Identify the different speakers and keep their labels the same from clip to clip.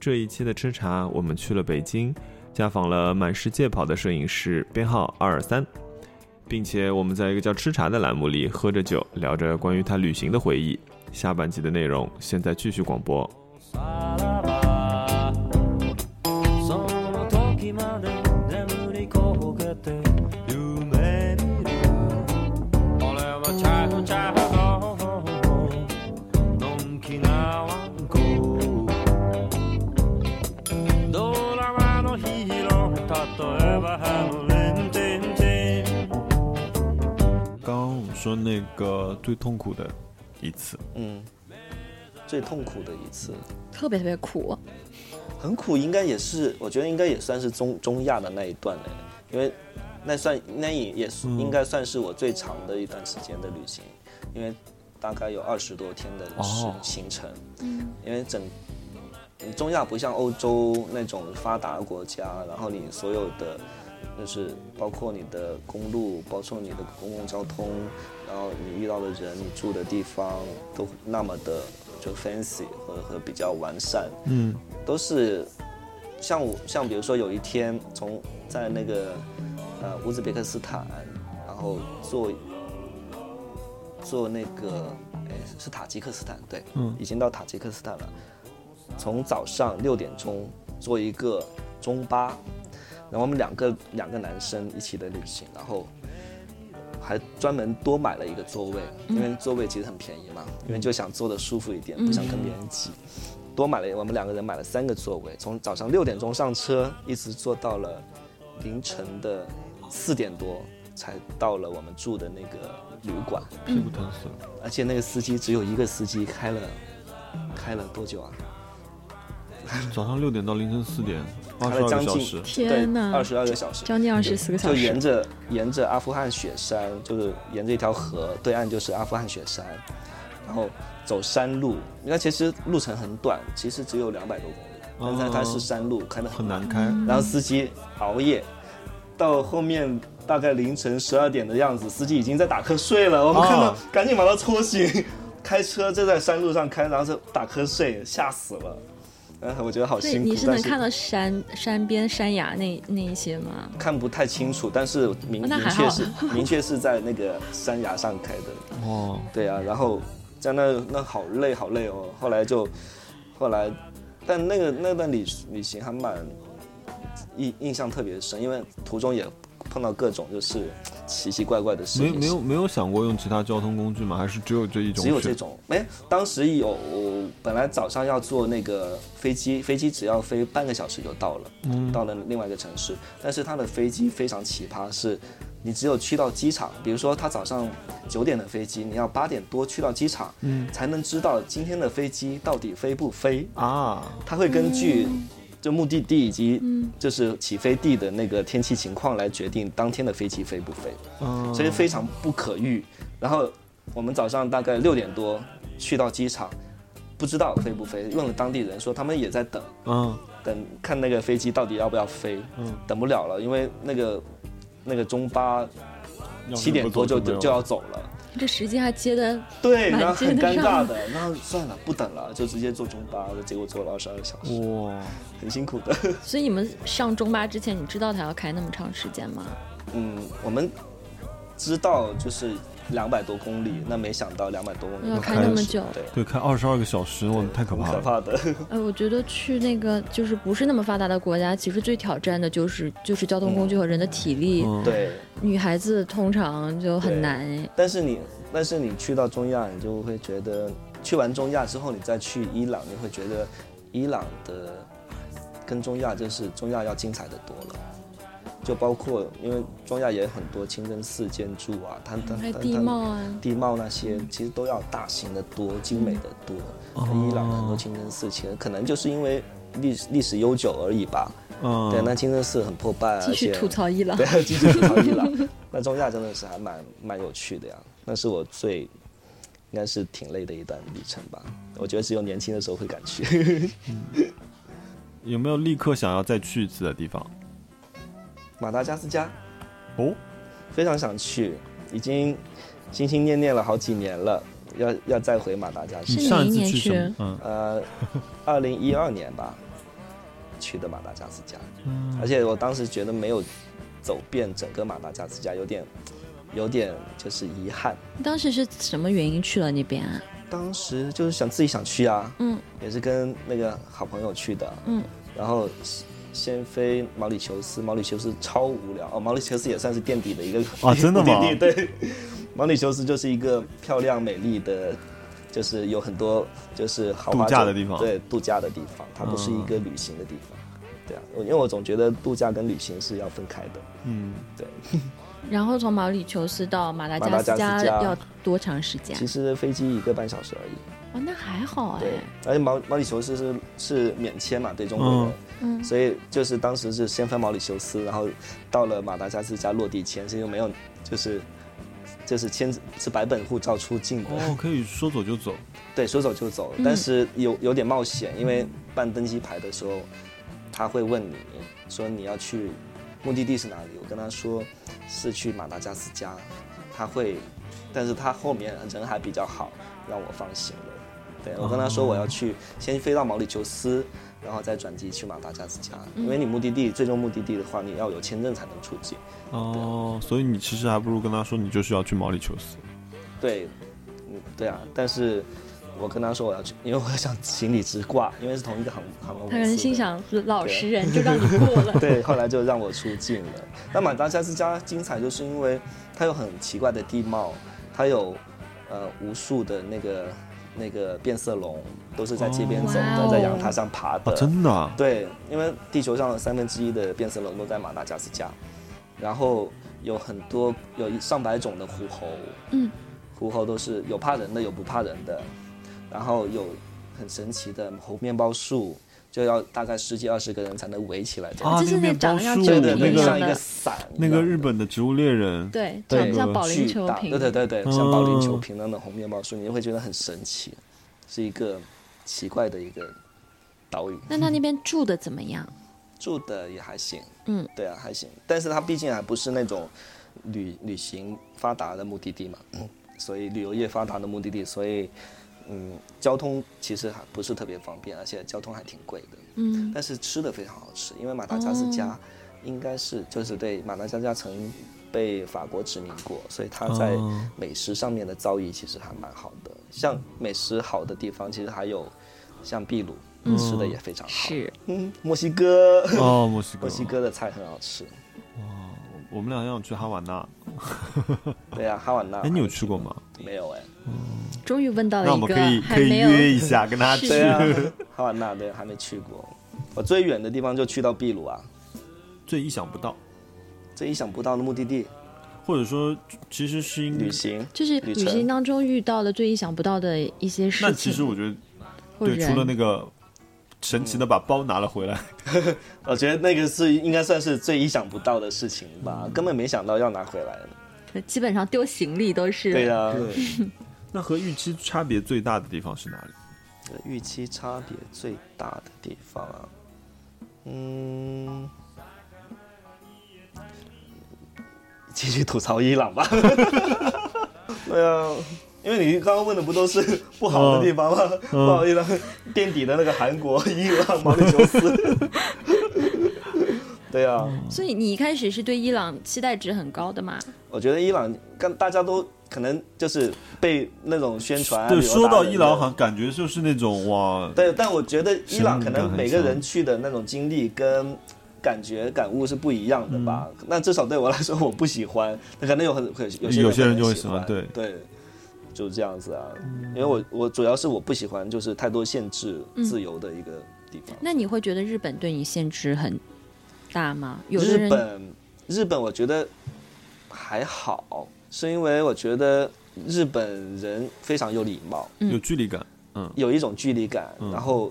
Speaker 1: 这一期的吃茶，我们去了北京，家访了满世界跑的摄影师，编号二二三，并且我们在一个叫“吃茶”的栏目里喝着酒，聊着关于他旅行的回忆。下半集的内容现在继续广播。
Speaker 2: さらばその時まで眠りこけて夢見る俺はチャフチャフののんきなワンコドラマのヒーロー例えばハムレンテンテン
Speaker 1: 刚刚我们说那个最痛苦的一次，
Speaker 3: 嗯，最痛苦的一次，
Speaker 4: 特别特别苦，
Speaker 3: 很苦，应该也是，我觉得应该也算是中中亚的那一段嘞，因为那算那也也是、应该算是我最长的一段时间的旅行，因为大概有二十多天的时
Speaker 1: 哦
Speaker 3: 行程，因为整嗯中亚不像欧洲那种发达国家，然后你所有的就是包括你的公路，包括你的公共交通，然后你遇到的人，你住的地方都那么的就 fancy 和和比较完善，
Speaker 1: 嗯，
Speaker 3: 都是像我像比如说有一天从在那个呃乌兹别克斯坦，然后坐坐那个哎是塔吉克斯坦对，
Speaker 1: 嗯
Speaker 3: 已经到塔吉克斯坦了，从早上六点钟坐一个中巴，然后我们两个两个男生一起的旅行，然后。还专门多买了一个座位，因为座位其实很便宜嘛，因为就想坐的舒服一点，不想跟别人挤。多买了，我们两个人买了三个座位，从早上六点钟上车，一直坐到了凌晨的四点多，才到了我们住的那个旅馆。
Speaker 1: 屁股疼死了。
Speaker 3: 而且那个司机只有一个司机，开了开了多久啊？
Speaker 1: 早上六点到凌晨四点，二
Speaker 3: 开
Speaker 1: 十二
Speaker 3: 了
Speaker 1: 个
Speaker 3: 将
Speaker 1: 小
Speaker 3: 近
Speaker 1: 时，
Speaker 4: 天哪
Speaker 3: 二十二个小时，
Speaker 4: 将近二十四个小
Speaker 3: 就沿
Speaker 4: 时，
Speaker 3: 着沿着阿富汗雪山，就是沿着一条河，对岸就是阿富汗雪山，然后走山路。那其实路程很短，其实只有两百多公里，但是它
Speaker 4: 哦
Speaker 3: 是山路，开得
Speaker 1: 很
Speaker 3: 很慢
Speaker 1: 难开。
Speaker 3: 然后司机熬夜，到后面大概凌晨十二点的样子，司机已经在打瞌睡了。我们
Speaker 1: 啊
Speaker 3: 看到，赶紧把他搓醒。开车就在山路上开，然后就打瞌睡，吓死了。嗯，我觉得好
Speaker 4: 所以
Speaker 3: 辛苦，
Speaker 4: 你是
Speaker 3: 但
Speaker 4: 能
Speaker 3: 是
Speaker 4: 看到山山边山崖那那一些吗？
Speaker 3: 看不太清楚，但是明
Speaker 4: 哦那
Speaker 3: 明
Speaker 4: 还
Speaker 3: 确
Speaker 4: 好
Speaker 3: 是明确是在那个山崖上开的。
Speaker 1: 哦，
Speaker 3: 对啊，然后在那那好累好累哦。后来就后来，但那个那段旅旅行还蛮印印象特别深，因为途中也碰到各种就是奇奇怪怪的事
Speaker 1: 没
Speaker 3: 情，
Speaker 1: 没有没有想过用其他交通工具吗？还是只有这一种
Speaker 3: 只
Speaker 1: 选？
Speaker 3: 有这种。哎，当时有本来早上要坐那个飞机，飞机只要飞半个小时就到了，到了另外一个城市。但是它的飞机非常奇葩，是你只有去到机场，比如说它早上九点的飞机，你要八点多去到机场，才能知道今天的飞机到底飞不飞。
Speaker 1: 啊，
Speaker 3: 它会根据就目的地以及就是起飞地的那个天气情况来决定当天的飞机飞不飞。
Speaker 1: 嗯，
Speaker 3: 所以非常不可遇。然后我们早上大概六点多去到机场，不知道飞不飞，问了当地人说他们也在等，
Speaker 1: 嗯，
Speaker 3: 等看那个飞机到底要不要飞，
Speaker 1: 嗯
Speaker 3: 等不了了，因为那个那个中巴
Speaker 1: 要是
Speaker 3: 七点
Speaker 1: 不
Speaker 3: 多
Speaker 1: 做
Speaker 3: 就
Speaker 1: 没有
Speaker 3: 就要走了。
Speaker 4: 这时机还接的，
Speaker 3: 对，
Speaker 4: 蛮
Speaker 3: 然后很
Speaker 4: 接得
Speaker 3: 尴
Speaker 4: 上
Speaker 3: 尬的，然后算了，不等了，就直接坐中巴，结果坐了二十二个小时，
Speaker 1: 哇，
Speaker 3: 很辛苦的。
Speaker 4: 所以你们上中巴之前，你知道他要开那么长时间吗？
Speaker 3: 嗯，我们知道就是两百多公里，那没想到两百多公里
Speaker 4: 要
Speaker 3: 就
Speaker 4: 开
Speaker 3: 了
Speaker 1: 那么
Speaker 3: 十
Speaker 4: 久
Speaker 3: 对，
Speaker 1: 对，开二十二个小时，我太可
Speaker 3: 很
Speaker 1: 怕
Speaker 3: 可
Speaker 1: 了。
Speaker 3: 怕的。
Speaker 4: 哎，我觉得去那个就是不是那么发达的国家，其实最挑战的就是就是交通工具和人的体力。
Speaker 1: 嗯，
Speaker 3: 对。
Speaker 4: 女孩子通常就很难哎。
Speaker 3: 但是你，但是你去到中亚，你就会觉得，去完中亚之后，你再去伊朗，你会觉得伊朗的跟中亚就是中亚要精彩的多了。就包括，因为中亚也有很多清真寺建筑啊，它它
Speaker 4: 还有
Speaker 3: 它
Speaker 4: 地
Speaker 3: 它
Speaker 4: 貌啊，
Speaker 3: 地貌那些其实都要大型的多、精美的多。
Speaker 1: 哦
Speaker 3: 那伊朗的很多清真寺，其实可能就是因为历史历史悠久而已吧。
Speaker 1: 嗯，
Speaker 3: 对，那清真寺很破败啊，
Speaker 4: 继续
Speaker 3: 而且
Speaker 4: 吐槽伊朗。
Speaker 3: 对，继续吐槽伊 朗。那中亚真的是还蛮蛮有趣的呀，那是我最应该是挺累的一段旅程吧。我觉得只有年轻的时候会敢去。
Speaker 1: 有没有立刻想要再去一次的地方？
Speaker 3: 马达加斯加
Speaker 1: 哦，
Speaker 3: 非常想去，已经心心念念了好几年了，要要再回马达加斯
Speaker 4: 是
Speaker 1: 你
Speaker 4: 哪
Speaker 3: 加。
Speaker 1: 上
Speaker 4: 一
Speaker 1: 一次
Speaker 4: 年
Speaker 1: 去什
Speaker 4: 去
Speaker 1: 么？嗯，
Speaker 3: 呃，二零一二年吧，去的马达加斯加，而且我当时觉得没有走遍整个马达加斯加，有点有点就是遗憾。
Speaker 4: 你当时是什么原因去了那边啊？
Speaker 3: 当时就是想自己想去啊，
Speaker 4: 嗯
Speaker 3: 也是跟那个好朋友去的，
Speaker 4: 嗯，
Speaker 3: 然后先先飞毛里求斯，毛里求斯超无聊哦，毛里求斯也算是垫底的一个
Speaker 5: 啊真的吗
Speaker 3: 目的地对，毛里求斯就是一个漂亮美丽的，就是有很多就是豪华
Speaker 5: 度假
Speaker 3: 酒
Speaker 5: 的地方
Speaker 3: 对，度假的地方，它不是一个旅行的地方，
Speaker 4: 嗯
Speaker 3: 对啊，我因为我总觉得度假跟旅行是要分开的，
Speaker 5: 嗯，
Speaker 3: 对，
Speaker 4: 然后从毛里求斯到马达
Speaker 3: 马达
Speaker 4: 加斯
Speaker 3: 加
Speaker 4: 加
Speaker 3: 斯加
Speaker 4: 要多长时间
Speaker 3: 其？实飞机一个半小时而已，
Speaker 4: 哦，那还好哎
Speaker 3: 对，，而且毛毛里求斯是是免签嘛，对中国人。
Speaker 5: 嗯
Speaker 4: 嗯，
Speaker 3: 所以就是当时是先飞毛里求斯，然后到了马达加斯加落地签，是因为没有就是就是签是白本护照出境的，
Speaker 5: 哦，可以说走就走，
Speaker 3: 对，说走就走
Speaker 4: 嗯，
Speaker 3: 但是有有点冒险，因为办登机牌的时候，他会问你说你要去目的地是哪里，我跟他说是去马达加斯加，他会，但是他后面人还比较好，让我放心了。对我跟他说我要去，先飞到毛里求斯，然后再转机去马达加斯加，因为你目的地最终目的地的话，你要有签证才能出境。
Speaker 5: 哦，所以你其实还不如跟他说，你就是要去毛里求斯。
Speaker 3: 对，嗯，对啊，但是我跟他说我要去，因为我想行李直挂，因为是同一个航航空公司。
Speaker 4: 他可能心。想老实人就让你 过了，
Speaker 3: 对，后来就让我出境了。那马达加斯加精彩，就是因为它有很奇怪的地貌，它有呃无数的那个那个变色龙，都是在街边走
Speaker 4: 哇哦
Speaker 3: 的，在阳台上爬
Speaker 5: 啊
Speaker 3: 的。，
Speaker 5: 真的啊，
Speaker 3: 对，因为地球上的三分之一的变色龙都在马达加斯加，然后有很多有一上百种的狐猴，
Speaker 4: 嗯，
Speaker 3: 狐猴都是有怕人的，有不怕人的，然后有很神奇的猴面包树，就要大概十几二十个人才能围起来这样。
Speaker 5: 啊，
Speaker 4: 就
Speaker 5: 那
Speaker 4: 是那
Speaker 5: 面包
Speaker 4: 长得像
Speaker 5: 树，
Speaker 3: 对
Speaker 4: 橡
Speaker 3: 对
Speaker 4: 皮
Speaker 5: 那
Speaker 3: 对，
Speaker 4: 一
Speaker 5: 个
Speaker 4: 样
Speaker 3: 像一个伞一样
Speaker 5: 那
Speaker 3: 的，
Speaker 5: 个日本的植物猎人，
Speaker 4: 对，
Speaker 3: 对
Speaker 4: 长得像保龄
Speaker 3: 巨
Speaker 4: 球
Speaker 3: 大，
Speaker 4: 瓶，
Speaker 3: 对对对对，像
Speaker 5: 嗯
Speaker 3: 保龄球瓶那种红面包树，你就会觉得很神奇，是一个奇怪的一个岛屿。
Speaker 4: 那他那边住的怎么样？
Speaker 3: 住的也还行，
Speaker 4: 嗯，
Speaker 3: 对啊，还行。但是它毕竟还不是那种旅旅行发达的目的地嘛，嗯所以旅游业发达的目的地，所以嗯，交通其实还不是特别方便，而且交通还挺贵的。
Speaker 4: 嗯，
Speaker 3: 但是吃的非常好吃，因为马达加斯
Speaker 4: 哦
Speaker 3: 加应该是、就是对马达加斯加曾被法国殖民过，所以它在
Speaker 5: 哦
Speaker 3: 美食上面的造诣其实还蛮好的。像美食好的地方，其实还有像秘鲁，吃的也非常好。
Speaker 4: 嗯是，
Speaker 3: 嗯，墨西哥。
Speaker 5: 哦，墨西哥，
Speaker 3: 墨西，哥的菜很好吃。
Speaker 5: 嗯我们俩想去哈瓦
Speaker 3: 啊
Speaker 5: 那，
Speaker 3: 对啊，哈瓦那。
Speaker 5: 哎，你有去过吗？
Speaker 3: 没有哎、
Speaker 4: 终于问到
Speaker 5: 那我
Speaker 4: 了哦一
Speaker 5: 们
Speaker 4: 个
Speaker 5: 可以
Speaker 4: 还
Speaker 5: 可以
Speaker 4: 没有
Speaker 5: 约一下，跟他
Speaker 4: 是
Speaker 5: 去。
Speaker 3: 对啊，哈瓦那对还没去过。我最远的地方就去到秘鲁啊，
Speaker 5: 最意想不到，
Speaker 3: 最意想不到的目的地
Speaker 5: 或者说其实是应
Speaker 3: 旅行。
Speaker 4: 就是
Speaker 3: 旅
Speaker 4: 旅
Speaker 3: 程
Speaker 4: 行当中遇到的最意想不到的一些事情，
Speaker 5: 那其实我觉得，
Speaker 4: 或者
Speaker 5: 对，除了
Speaker 4: 人
Speaker 5: 那个神奇的把包拿了回来，
Speaker 3: 我觉得那个是应该算是最意想不到的事情吧，
Speaker 5: 嗯
Speaker 3: 根本没想到要拿回来的。
Speaker 4: 基本上丢行李都是
Speaker 3: 对啊，
Speaker 5: 那和预期差别最大的地方是哪里？
Speaker 3: 预期差别最大的地方啊，嗯，继续吐槽伊朗吧。 对啊，因为你刚刚问的不都是不好的地方吗？不好意思，垫底的那个韩国、伊朗、毛里求斯。 对啊，
Speaker 4: 所以你一开始是对伊朗期待值很高的嘛？
Speaker 3: 我觉得伊朗跟大家都可能就是被那种宣传啊。
Speaker 5: 对，
Speaker 3: 旅游
Speaker 5: 说
Speaker 3: 达
Speaker 5: 到
Speaker 3: 人
Speaker 5: 伊朗，
Speaker 3: 的
Speaker 5: 好像感觉就是那种哇，
Speaker 3: 对，但我觉得伊朗可
Speaker 5: 神秘感
Speaker 3: 能
Speaker 5: 很
Speaker 3: 每个人
Speaker 5: 强
Speaker 3: 去的那种经历跟感觉感悟是不一样的吧？
Speaker 5: 嗯
Speaker 3: 那至少对我来说，我不喜欢。那可能有很有些
Speaker 5: 有些人
Speaker 3: 可能
Speaker 5: 就会
Speaker 3: 喜
Speaker 5: 喜欢对嗯
Speaker 3: 对，就是这样子啊。因为我我主要是我不喜欢就是太多限制自由的一个地方。
Speaker 4: 那你会觉得日本对你限制很大吗？有的
Speaker 3: 日
Speaker 4: 人
Speaker 3: 本日本我觉得还好，是因为我觉得日本人非常有礼貌。
Speaker 5: 有距离感。
Speaker 3: 有一种距离感，然
Speaker 5: 嗯
Speaker 3: 后，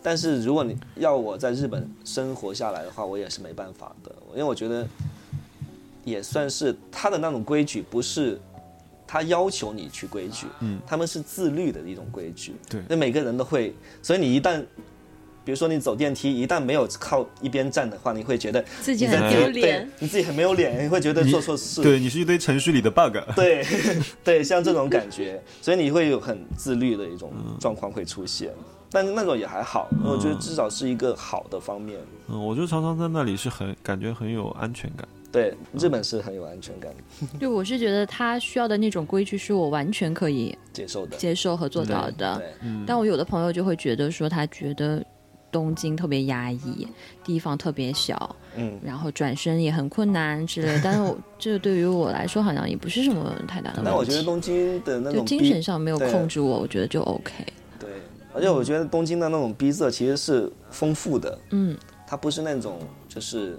Speaker 3: 但是如果你要我在日本生活下来的话，我也是没办法的，因为我觉得也算是他的那种规矩，不是他要求你去规矩，
Speaker 5: 嗯
Speaker 3: 他们是自律的一种规矩，
Speaker 5: 对
Speaker 3: 那每个人都会，所以你一旦比比如说你走电梯，一旦没有靠一边站的话，你会觉得
Speaker 4: 自己
Speaker 3: 你在
Speaker 4: 很
Speaker 3: 觉得
Speaker 4: 丢脸
Speaker 3: 对。你自己很没有脸，你会觉得
Speaker 5: 你
Speaker 3: 做错事。
Speaker 5: 对你是一堆程序里的 bug。
Speaker 3: 对 对，像这种感觉，所以你会有很自律的一种状况会出现，但是那种也还好，我觉得至少是一个好的方面。
Speaker 5: 嗯，我觉得常常在那里是很感觉很有安全感。
Speaker 3: 对，日本是很有安全感
Speaker 4: 对，我是觉得他需要的那种规矩是我完全可以
Speaker 3: 接受的。
Speaker 4: 接受和做到的。
Speaker 3: 对，
Speaker 4: 但我有的朋友就会觉得说，他觉得东京特别压抑，地方特别小，
Speaker 3: 嗯，
Speaker 4: 然后转身也很困难之类的。但是我这对于我来说好像也不是什么太大的问题。
Speaker 3: 但我觉得东京的那
Speaker 4: 嗯就
Speaker 3: 种
Speaker 4: 精
Speaker 3: 逼
Speaker 4: 神上没有
Speaker 3: 对
Speaker 4: 控制我，我觉得就 OK。
Speaker 3: 对，而且我觉得东京的那种逼仄其实是丰富的，
Speaker 4: 嗯，
Speaker 3: 它不是那种就是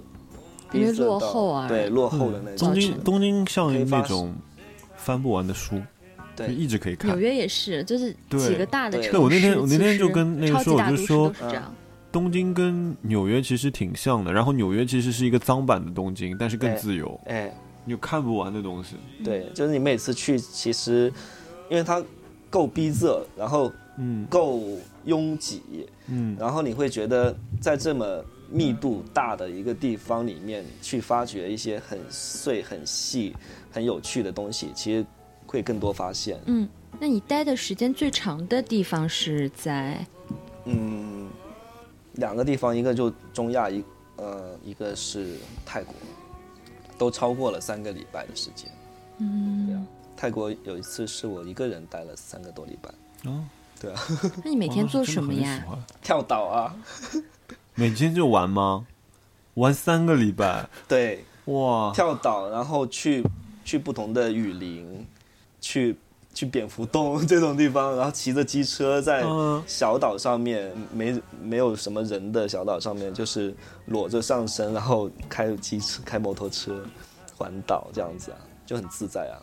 Speaker 4: 因
Speaker 3: 逼
Speaker 4: 为
Speaker 3: 仄
Speaker 4: 落
Speaker 3: 到
Speaker 4: 后啊
Speaker 3: 对落后的
Speaker 5: 东
Speaker 3: 那种。
Speaker 5: 京东京像
Speaker 3: 可以发
Speaker 5: 那种翻不完的书，就
Speaker 3: 对
Speaker 5: 一直可以看
Speaker 4: 纽。约也是，就是
Speaker 5: 对
Speaker 4: 几个大的
Speaker 3: 对
Speaker 4: 城市，
Speaker 3: 对
Speaker 5: 我那天
Speaker 4: 其
Speaker 5: 我那天
Speaker 4: 实
Speaker 5: 就跟那个
Speaker 4: 超级
Speaker 5: 说我
Speaker 4: 大
Speaker 5: 就
Speaker 4: 都市
Speaker 5: 说
Speaker 4: 都是这样，
Speaker 5: 东京跟纽约其实挺像的，然后纽约其实是一个脏版的东京，但是更
Speaker 3: 哎
Speaker 5: 自由，
Speaker 3: 哎，
Speaker 5: 你有看不完的东西。
Speaker 3: 对，就是你每次去，其实因为它够逼仄，然后
Speaker 5: 嗯
Speaker 3: 够拥挤，
Speaker 5: 嗯，
Speaker 3: 然后你会觉得在这么密度大的一个地方里面去发掘一些很碎、很细、很有趣的东西，其实会更多发现。
Speaker 4: 嗯，那你待的时间最长的地方是在
Speaker 3: 嗯，两个地方，一个就中亚，一呃，一个是泰国，都超过了三个礼拜的时间。嗯，对啊，泰国有一次是我一个人待了三个多礼拜，
Speaker 5: 哦，
Speaker 4: 那你每天
Speaker 5: 哇
Speaker 4: 做
Speaker 5: 真
Speaker 4: 什
Speaker 5: 的
Speaker 4: 么
Speaker 5: 很
Speaker 4: 呀
Speaker 5: 喜？欢
Speaker 3: 跳岛啊，
Speaker 5: 每天就玩吗？玩三个礼拜，
Speaker 3: 对，
Speaker 5: 哇！
Speaker 3: 跳岛，然后去去不同的雨林，去去蝙蝠洞这种地方，然后骑着机车在
Speaker 5: 嗯
Speaker 3: 小岛上面，没没有什么人的小岛上面，就是裸着上身，然后开机车、开摩托车环岛这样子啊，就很自在啊。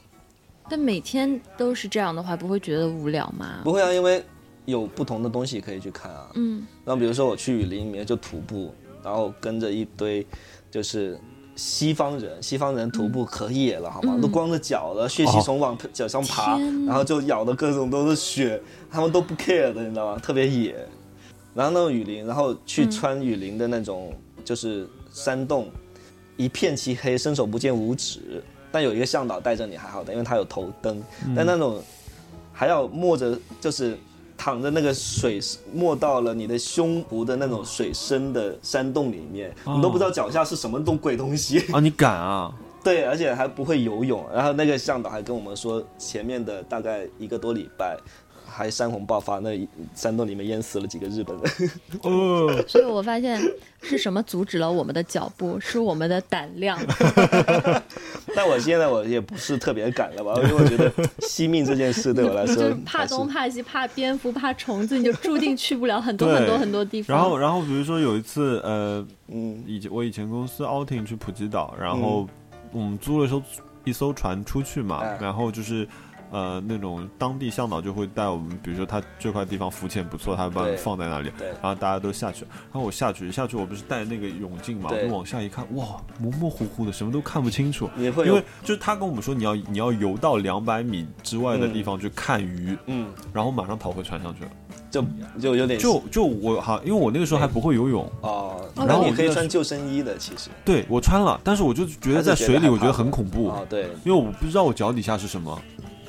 Speaker 4: 但每天都是这样的话，不会觉得无聊吗？
Speaker 3: 不会啊，因为有不同的东西可以去看啊。
Speaker 4: 嗯，
Speaker 3: 那比如说我去雨林里面就徒步，然后跟着一堆就是西方人，西方人徒
Speaker 4: 嗯
Speaker 3: 步可野了，好吗？都光着脚了，血吸
Speaker 5: 哦
Speaker 3: 虫往脚上爬，
Speaker 4: 天哪
Speaker 3: 然后就咬的各种都是血，他们都不 care 的，你知道吗？特别野。然后那种雨林，然后去
Speaker 4: 嗯
Speaker 3: 穿雨林的那种就是山洞，一片漆黑，伸手不见五指。但有一个向导带着你还好的，因为他有头灯。
Speaker 5: 嗯
Speaker 3: 但那种还要没着，就是躺着那个水没到了你的胸脯的那种水深的山洞里面，
Speaker 5: 哦
Speaker 3: 你都不知道脚下是什么东鬼东西。
Speaker 5: 啊，你敢啊？
Speaker 3: 对，而且还不会游泳。然后那个向导还跟我们说，前面的大概一个多礼拜，还山洪爆发，那一山洞里面淹死了几个日本人。
Speaker 5: 哦，
Speaker 4: 所以我发现是什么阻止了我们的脚步，是我们的胆 量。
Speaker 3: 但我现在我也不是特别敢了吧，因为我觉得惜命这件事对我来
Speaker 4: 就
Speaker 3: 说
Speaker 4: 是怕
Speaker 3: 还是
Speaker 4: 东怕西，怕蝙蝠，怕虫子，你就注定去不了很多
Speaker 5: 对
Speaker 4: 很多很多地方。
Speaker 5: 然后， 然后比如说有一次，呃，
Speaker 3: 嗯
Speaker 5: 以前我以前公司 outing 去普吉岛，然后我们租了一艘一艘船出去嘛，
Speaker 3: 哎
Speaker 5: 然后就是呃那种当地向导就会带我们，比如说他这块地方浮潜不错，他会把我们
Speaker 3: 对
Speaker 5: 放在那里，
Speaker 3: 对
Speaker 5: 然后大家都下去，然后我下去下去，我不是戴那个泳镜嘛，我
Speaker 3: 对
Speaker 5: 就往下一看，哇，模模糊糊的，什么都看不清楚。
Speaker 3: 你会
Speaker 5: 因为
Speaker 3: 有
Speaker 5: 就是他跟我们说你要你要游到两百米之外的地方去看鱼，
Speaker 3: 嗯，
Speaker 5: 然后马上逃回船上去了。
Speaker 3: 就就有点
Speaker 5: 就就我好，因为我那个时候还不会游泳，
Speaker 3: 哦，
Speaker 4: 哦
Speaker 3: 然后
Speaker 4: 我
Speaker 3: 你可以
Speaker 5: 觉得
Speaker 3: 穿
Speaker 5: 是
Speaker 3: 救生衣的，其实
Speaker 5: 对我穿了，但是我就觉得在水里我觉得很恐怖，
Speaker 3: 哦，对
Speaker 5: 因为我不知道我脚底下是什么。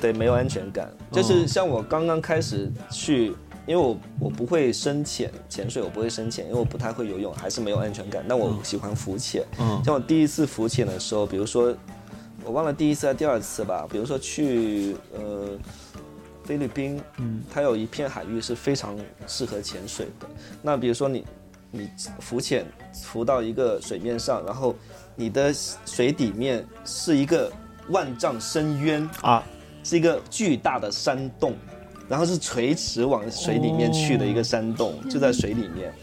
Speaker 3: 对，没有安全感。
Speaker 5: 嗯
Speaker 3: 就是像我刚刚开始去，因为我我不会深潜，潜水我不会深潜，因为我不太会游泳，还是没有安全感。但我喜欢浮潜，
Speaker 5: 嗯
Speaker 3: 像我第一次浮潜的时候，比如说我忘了第一次还是第二次吧，比如说去呃菲律宾，
Speaker 5: 嗯，
Speaker 3: 它有一片海域是非常适合潜水的。那比如说你你浮潜浮到一个水面上，然后你的水底面是一个万丈深渊，
Speaker 5: 啊，
Speaker 3: 是一个巨大的山洞，然后是垂直往水里面去的一个山洞，就在水里面，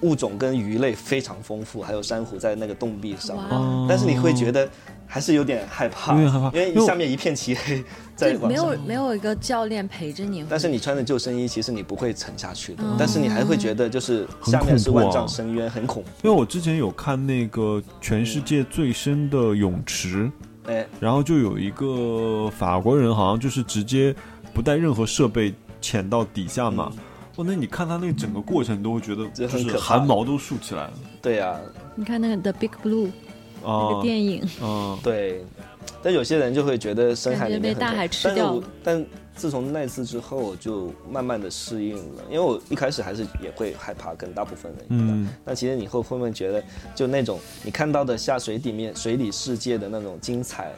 Speaker 3: 物种跟鱼类非常丰富，还有珊瑚在那个洞壁上。
Speaker 4: 哇
Speaker 5: 哦
Speaker 3: 但是你会觉得还是有点害怕，
Speaker 5: 有点害怕
Speaker 3: 因
Speaker 5: 因为
Speaker 3: 为
Speaker 5: 我
Speaker 3: 下面一片漆黑，在
Speaker 4: 对，
Speaker 3: 晚
Speaker 4: 没
Speaker 3: 上
Speaker 4: 有没有一个教练陪着你，
Speaker 3: 但是你穿着救生衣，其实你不会沉下去的，
Speaker 4: 哦
Speaker 3: 但是你还会觉得就是
Speaker 5: 很
Speaker 3: 下面是
Speaker 5: 恐怖啊
Speaker 3: 万丈深渊，很恐
Speaker 5: 因为
Speaker 3: 怖。
Speaker 5: 我之前有看那个全世界最深的泳池，
Speaker 3: 哎，
Speaker 5: 然后就有一个法国人好像就是直接不带任何设备潜到底下嘛，哇，那你看他那个整个过程，你都会觉得就
Speaker 3: 这嗯很
Speaker 5: 是
Speaker 3: 可怕
Speaker 5: 汗毛都竖起来了
Speaker 3: 对啊呀、
Speaker 4: 你看那个《The Big Blue》那
Speaker 5: 啊
Speaker 4: 个电影，
Speaker 5: 啊！
Speaker 3: 对，但有些人就会觉得深海里面
Speaker 4: 感觉被大
Speaker 3: 很
Speaker 4: 海
Speaker 3: 痛
Speaker 4: 吃
Speaker 3: 但
Speaker 4: 掉
Speaker 3: 是我但自从那次之后，我就慢慢的适应了，因为我一开始还是也会害怕，跟大部分人一样。
Speaker 5: 嗯
Speaker 3: 但其实你后后面觉得，就那种你看到的下水底面水底世界的那种精彩，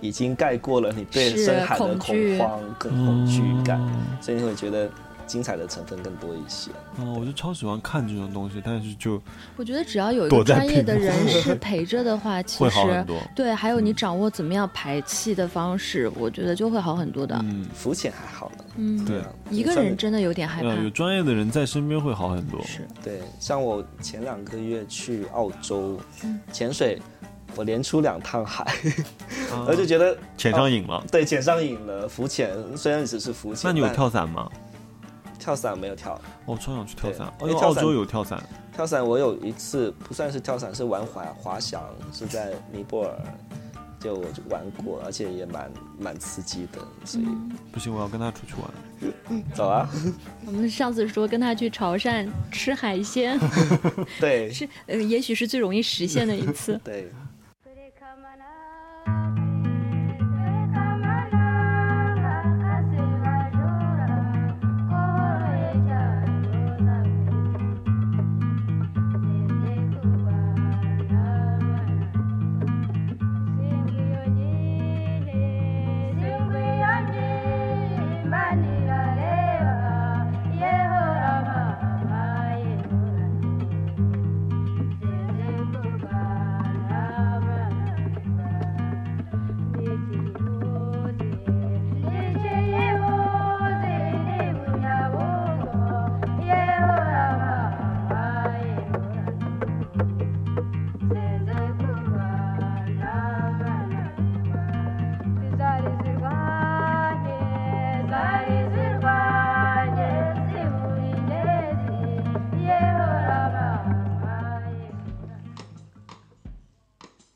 Speaker 3: 已经盖过了你对
Speaker 4: 是
Speaker 3: 深海的
Speaker 4: 恐惧
Speaker 3: 恐慌跟恐惧感，所以你会觉得精彩的成分更多一些。
Speaker 5: 啊，我就超喜欢看这种东西，但是就
Speaker 4: 我觉得只要有一
Speaker 5: 躲
Speaker 4: 个
Speaker 5: 在
Speaker 4: 专业
Speaker 5: 屏
Speaker 4: 的
Speaker 5: 幕
Speaker 4: 人是陪着的话，其
Speaker 5: 会好
Speaker 4: 实
Speaker 5: 很多。
Speaker 4: 对，还有你掌握怎么样排气的方式，我觉得就会好很多的。
Speaker 5: 嗯，
Speaker 3: 浮潜还好呢，
Speaker 4: 嗯，
Speaker 5: 对
Speaker 3: 啊
Speaker 4: 一个
Speaker 3: 算
Speaker 4: 人真的有点害怕
Speaker 5: 呃，，有专业的人在身边会好很多。
Speaker 4: 是
Speaker 3: 对，像我前两个月去澳洲
Speaker 4: 嗯
Speaker 3: 潜水，我连出两趟海，
Speaker 5: 啊
Speaker 3: 然后就觉得
Speaker 5: 潜上瘾
Speaker 4: 哦
Speaker 5: 了。
Speaker 3: 对潜上瘾了。浮潜虽然只是浮潜，
Speaker 5: 那你有
Speaker 3: 但
Speaker 5: 跳伞吗？
Speaker 3: 跳伞没有跳？
Speaker 5: 我超想去跳伞。哦，
Speaker 3: 对哎
Speaker 5: 澳
Speaker 3: 跳伞
Speaker 5: 洲有跳伞，
Speaker 3: 跳伞我有一次不算是跳伞，是玩滑滑翔，是在尼泊尔。就我就玩过，而且也蛮蛮刺激的，所以、
Speaker 4: 嗯
Speaker 5: 不行，我要跟他出去玩。
Speaker 3: 走 啊！
Speaker 4: 我们上次说跟他去潮汕吃 海鲜，
Speaker 3: 对。
Speaker 4: 是呃，也许是最容易实现的一次
Speaker 3: 对，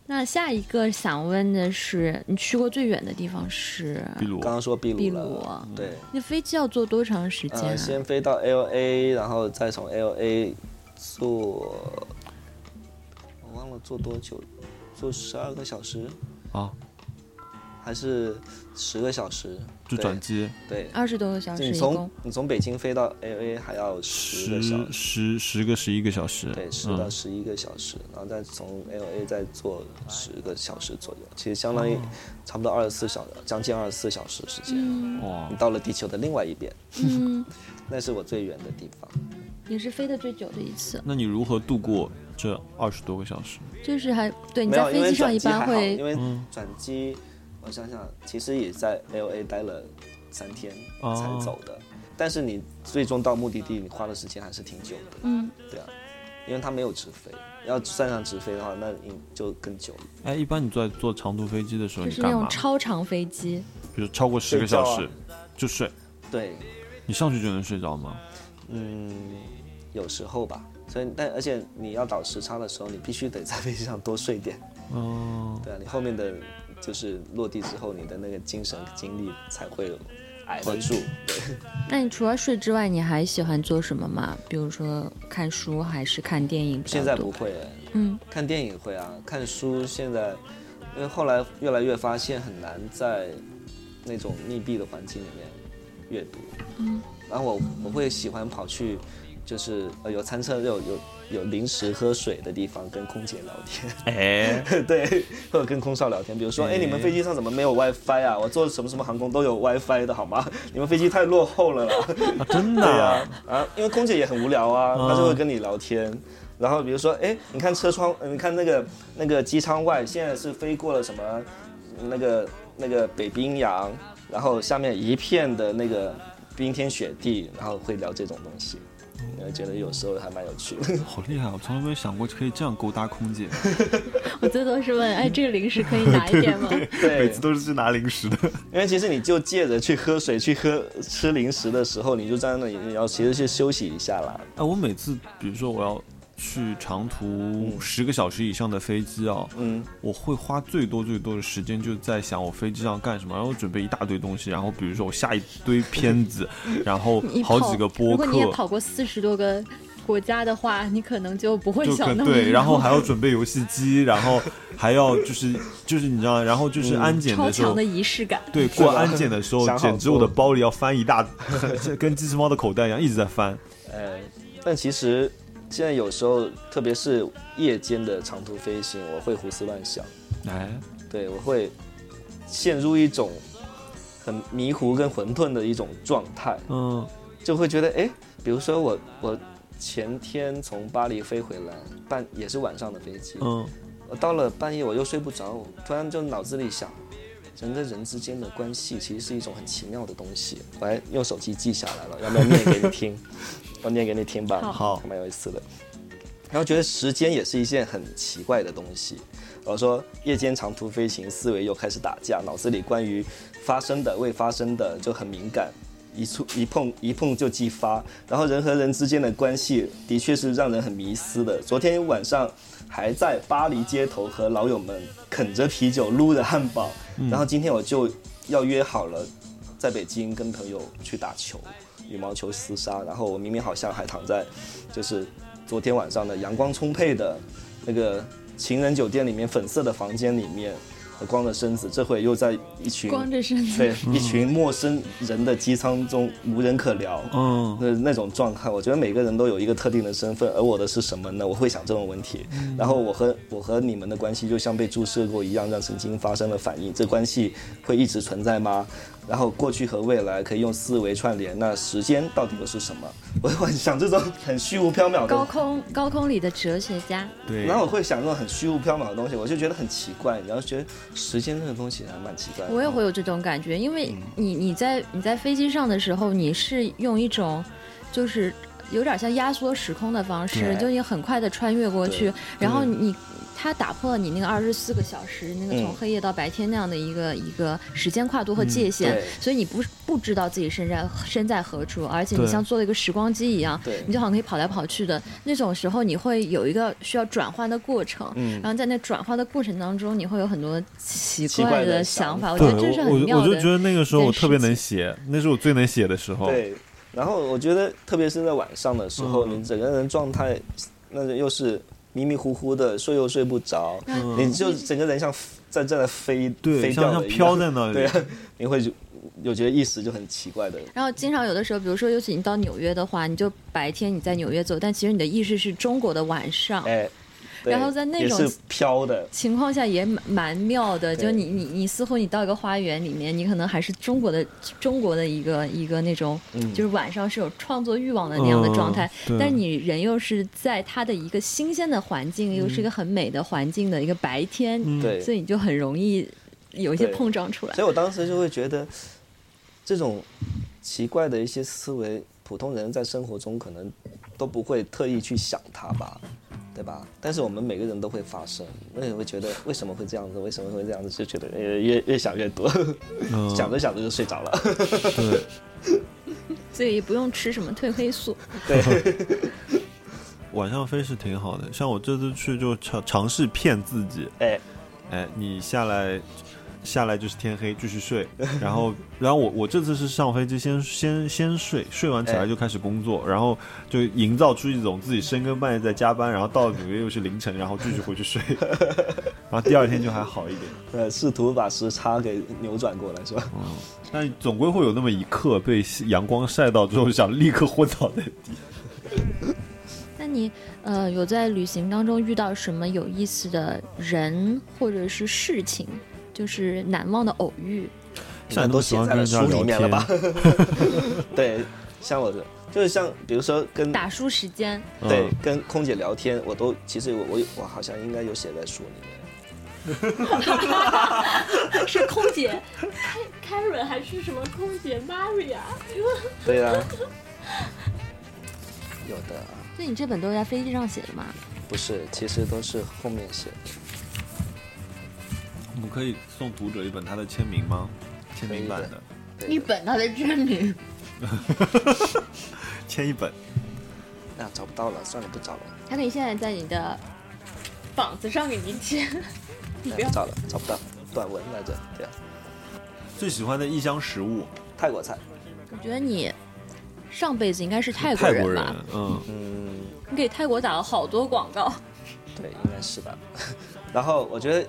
Speaker 4: 那下一个想问的是，你去过最远的地方是
Speaker 5: 比如
Speaker 3: 刚刚说秘鲁
Speaker 4: 秘
Speaker 3: 了，
Speaker 4: 鲁？啊
Speaker 3: 对，
Speaker 4: 那飞机要坐多长时间、
Speaker 3: 呃，
Speaker 4: 啊？
Speaker 3: 先飞到 L A，然后再从 L A 坐，我忘了坐多久，坐十二个小时
Speaker 5: 啊，
Speaker 3: 还是十个小时？
Speaker 5: 就
Speaker 3: 对
Speaker 5: 转机
Speaker 3: 对，
Speaker 4: 二十多个小时
Speaker 3: 你
Speaker 4: 一共
Speaker 3: 从。你从北京飞到 L A 还要十个小
Speaker 5: 十嗯
Speaker 3: 时，
Speaker 5: 十十个十一个小时。
Speaker 3: 对，十到十一个小时，然后再从 L A 再坐十个小时左右，其实相
Speaker 4: 哦
Speaker 3: 当于差不多二十四小时，将近二十四小时时间，
Speaker 5: 嗯哇
Speaker 3: 你，到了地球的另外一边，
Speaker 4: 嗯，
Speaker 3: 那是我最远的地方。
Speaker 4: 也是飞的最久的一次，
Speaker 5: 那你如何度过这二十多个小时？
Speaker 4: 就是还对你
Speaker 3: 没有，
Speaker 4: 在
Speaker 3: 因
Speaker 4: 飞
Speaker 3: 为
Speaker 4: 机上
Speaker 3: 转
Speaker 4: 一
Speaker 3: 机还
Speaker 4: 般
Speaker 3: 好，因
Speaker 4: 会
Speaker 3: 为
Speaker 5: 嗯
Speaker 3: 转机，我想想，其实也在 L A 待了三天
Speaker 5: 哦
Speaker 3: 才走的，但是你最终到目的地，你花的时间还是挺久的，
Speaker 4: 嗯，
Speaker 3: 对啊，因为它没有直飞，要算上直飞的话，那你就更久了。
Speaker 5: 哎，一般你在坐长途飞机的时候，
Speaker 4: 就
Speaker 5: 你
Speaker 4: 是那
Speaker 5: 干
Speaker 4: 种
Speaker 5: 嘛？
Speaker 4: 超长飞机，
Speaker 5: 比如超过十个小
Speaker 3: 睡
Speaker 5: 时
Speaker 3: 觉啊
Speaker 5: 就睡，
Speaker 3: 对，
Speaker 5: 你上去就能睡着吗？
Speaker 3: 嗯，有时候吧，所以但而且你要倒时差的时候，你必须得在飞机上多睡点，
Speaker 5: 哦，
Speaker 3: 对啊，你后面的就是落地之后，你的那个精神精力才会挨得住。
Speaker 4: 那你除了睡之外，你还喜欢做什么吗？比如说看书还是看电影比较
Speaker 3: 现
Speaker 4: 多？
Speaker 3: 在不会了。
Speaker 4: 嗯，
Speaker 3: 看电影会啊，看书现在，因为后来越来越发现很难在那种密闭的环境里面阅读。嗯，然后我我会喜欢跑去，就是呃有餐车有有有零食喝水的地方跟空姐聊天，
Speaker 5: 哎，
Speaker 3: 对，或者跟空少聊天。比如说，哎，你们飞机上怎么没有 WiFi 啊？我坐什么什么航空都有 WiFi 的好吗？你们飞机太落后了啦。
Speaker 5: 啊真的
Speaker 3: 对
Speaker 5: 啊
Speaker 3: 呀、啊，因为空姐也很无聊啊，
Speaker 5: 嗯
Speaker 3: 她就会跟你聊天。然后比如说，哎，你看车窗，呃你看那个那个机舱外，现在是飞过了什么？那个那个北冰洋，然后下面一片的那个冰天雪地，然后会聊这种东西，我觉得有时候还蛮有趣 的。
Speaker 5: 好厉害！我从来没有想过可以这样勾搭空 姐，
Speaker 4: 我最多是问，哎，这个零食可以拿一点吗？
Speaker 3: 对，
Speaker 5: 都是去拿零食的。
Speaker 3: 因为其实你就借着去喝水、去喝吃零食的时候，你就站在那里，然后其实是休息一下啦。
Speaker 5: 哎，我每次比如说我要去长途十个小时以上的飞机啊，
Speaker 3: 嗯，
Speaker 5: 我会花最多最多的时间就在想我飞机上干什么，然后准备一大堆东西，然后比如说我下一堆片 子，然后
Speaker 6: 你
Speaker 5: 好
Speaker 6: 跑
Speaker 5: 几个
Speaker 6: 如
Speaker 5: 播
Speaker 6: 果你也
Speaker 5: 客，
Speaker 6: 跑过四十多个国家的话，你可能就不会
Speaker 5: 就可
Speaker 6: 想那么
Speaker 5: 对，
Speaker 6: 多
Speaker 5: 然后还要准备游戏机，然后还要就是就是你知道，然后就是安检
Speaker 6: 超
Speaker 5: 的时
Speaker 6: 强
Speaker 5: 候
Speaker 6: 的。仪式感。
Speaker 5: 对，过安检的时候
Speaker 3: 嗯想，好嗯
Speaker 5: 简直我的
Speaker 3: 多
Speaker 5: 包里要翻一 大，跟机器猫的口袋一样，一直在翻。
Speaker 3: 呃，但其实现在有时候，特别是夜间的长途飞行，我会胡思乱想，
Speaker 5: 哎，
Speaker 3: 对我会陷入一种很迷糊跟混沌的一种状态，
Speaker 5: 嗯，
Speaker 3: 就会觉得，哎，比如说我我前天从巴黎飞回来，半也是晚上的飞机，
Speaker 5: 嗯，
Speaker 3: 我到了半夜我又睡不着，我突然就脑子里想，人跟人之间的关系其实是一种很奇妙的东西。我还用手机记下来了，要不要念给你听？ 我念给你听吧，
Speaker 5: 好
Speaker 3: 还蛮有意思的。然后觉得时间也是一件很奇怪的东西。我说夜间长途飞行，思维又开始打架，脑子里关于发生的、未发生的就很敏感，一触一碰一碰就激发。然后人和人之间的关系的确是让人很迷思的。昨天晚上还在巴黎街头和老友们啃着啤酒撸着汉堡，然后今天我就要约好了，在北京跟朋友去打球，羽毛球厮杀。然后我明明好像还躺在，就是昨天晚上的阳光充沛的那个情人酒店里面粉色的房间里面，我光着身子，这会又在一群
Speaker 6: 光着身子，
Speaker 3: 对一群陌生人的机舱中无人可聊。
Speaker 5: 嗯，
Speaker 3: 那那种状态，我觉得每个人都有一个特定的身份，而我的是什么呢？我会想这种问题。
Speaker 4: 嗯
Speaker 3: 然后我和我和你们的关系就像被注射过一样，让神经发生了反应。这关系会一直存在吗？然后过去和未来可以用思维串联，那时间到底又是什么？我会想这种很虚无缥缈的
Speaker 4: 高空高空里的哲学家，
Speaker 5: 对。
Speaker 3: 然后我会想那种很虚无缥缈的东西，我就觉得很奇怪。然后觉得时间这个东西还蛮奇怪的。
Speaker 4: 我也会有这种感觉，因
Speaker 3: 嗯
Speaker 4: 为你你在你在飞机上的时候，你是用一种就是有点像压缩时空的方式，
Speaker 3: 对
Speaker 4: 就你很快的穿越过去
Speaker 3: 对，
Speaker 4: 然后你。它打破了你那个二十四个小时，那个从
Speaker 3: 嗯
Speaker 4: 黑夜到白天那样的一个、一个时间跨度和界限，
Speaker 3: 嗯对
Speaker 4: 所以你不不知道自己身在身在何处，而且你
Speaker 5: 对
Speaker 4: 像做了一个时光机一样，
Speaker 3: 对
Speaker 4: 你就好像可以跑来跑去的那种时候，你会有一个需要转换的过程，
Speaker 3: 嗯
Speaker 4: 然后在那转化的过程当中，你会有很多奇
Speaker 3: 奇
Speaker 4: 怪
Speaker 3: 怪的
Speaker 4: 想
Speaker 3: 想
Speaker 4: 法。我觉
Speaker 5: 对，
Speaker 4: 得哦这是很妙
Speaker 5: 我我就觉得
Speaker 4: 的。
Speaker 5: 那个时候我
Speaker 4: 一件
Speaker 5: 特别
Speaker 4: 事情
Speaker 5: 能写，那是我最能写的时候。，
Speaker 3: 对，然后我觉得特别是在晚上的时候，
Speaker 5: 嗯
Speaker 3: 你整个人状态，那又是迷迷糊糊的，睡又睡不着，
Speaker 4: 嗯
Speaker 3: 你就整个人像在在那飞，
Speaker 5: 对，
Speaker 3: 飞
Speaker 5: 像
Speaker 3: 掉
Speaker 5: 像
Speaker 3: 了一
Speaker 5: 飘
Speaker 3: 样，
Speaker 5: 在那里。
Speaker 3: 对，啊你会就有觉得意识就很奇怪的，
Speaker 4: 然后经常有的时候，比如说，尤其你到纽约的话，你就白天你在纽约走，但其实你的意识是中国的晚上。
Speaker 3: 哎，对
Speaker 4: 然后在那
Speaker 3: 也
Speaker 4: 种
Speaker 3: 是飘的，
Speaker 4: 情况下也蛮蛮妙的，
Speaker 3: 对
Speaker 4: 就你你你似乎你到一个花园里面，你可能还是中国的中国的一个一个那种，
Speaker 3: 嗯
Speaker 4: 就是晚上是有创作欲望的那样的状态，
Speaker 5: 嗯对
Speaker 4: 但你人又是在它的一个新鲜的环境，又
Speaker 3: 嗯
Speaker 4: 是一个很美的环境的一个白天，
Speaker 5: 嗯
Speaker 3: 对，
Speaker 4: 所以你就很容易有一些
Speaker 3: 对
Speaker 4: 碰撞 出来
Speaker 3: 所。以我当时就会觉得，这种奇怪的一些思维，普通人在生活中可能都不会特意去想它吧，对吧？但是我们每个人都会发生，那也会觉得为什么会这样子，为什么会这样子，就觉得呃越越想越多，
Speaker 5: 嗯，
Speaker 3: 想着想着就睡着了。
Speaker 5: 对，
Speaker 4: 所以不用吃什么褪黑素。
Speaker 5: 晚上飞是挺好的。像我这次去就尝尝试骗自己，
Speaker 3: 哎，
Speaker 5: 哎，你下来下来就是天黑，继续睡。 然后，然后我我这次是上飞机先先先睡，睡完起来
Speaker 3: 哎
Speaker 5: 就开始工作，然后就营造出一种自己深更半夜在加班，然后到纽约又是凌晨，然后继续回去 睡。然后第二天就还好一点，
Speaker 3: 呃，试图把时差给扭转过来是吧？
Speaker 5: 嗯但总归会有那么一刻被阳光晒到之后，想立刻昏倒在地。
Speaker 4: 那你呃有在旅行当中遇到什么有意思的人或者是事情，就是难忘的偶遇？
Speaker 5: 像你那
Speaker 3: 都
Speaker 5: 么喜
Speaker 3: 写
Speaker 5: 欢
Speaker 3: 在
Speaker 5: 跟
Speaker 3: 了
Speaker 5: 人家
Speaker 3: 书里
Speaker 5: 聊
Speaker 3: 面了
Speaker 5: 天，
Speaker 3: 吧？ 对，像我的，就是像比如说跟
Speaker 4: 打书 时间，
Speaker 3: 对
Speaker 5: 嗯，
Speaker 3: 跟空姐聊天，我都其实我我我好像应该有写在书里面。
Speaker 6: 是空姐 Karen 还是什么空姐 Maria？
Speaker 3: 对 呀、有的啊
Speaker 4: 那你这本都是在飞机上写的吗？
Speaker 3: 不是，其实都是后面写的。
Speaker 5: 我们可以送读者一本他的签名吗？签名版
Speaker 3: 可
Speaker 5: 的，
Speaker 3: 对
Speaker 6: 一本他的证明，
Speaker 5: 签一本。
Speaker 3: 哎呀，找不到了，算了，不找了，
Speaker 4: 他可以现在在你的
Speaker 6: 膀子上给你贴，你
Speaker 3: 哎
Speaker 6: 不要
Speaker 3: 不找了，找不到，短文来着，对啊，
Speaker 5: 最喜欢的异乡食物，
Speaker 3: 泰国菜，
Speaker 4: 我觉得你上辈子应该是泰国
Speaker 1: 泰
Speaker 4: 人
Speaker 1: 国
Speaker 4: 吧？
Speaker 1: 人，嗯，
Speaker 3: 嗯，
Speaker 6: 你给泰国打了好多广 告，
Speaker 3: 对，应该是吧。 然后我觉得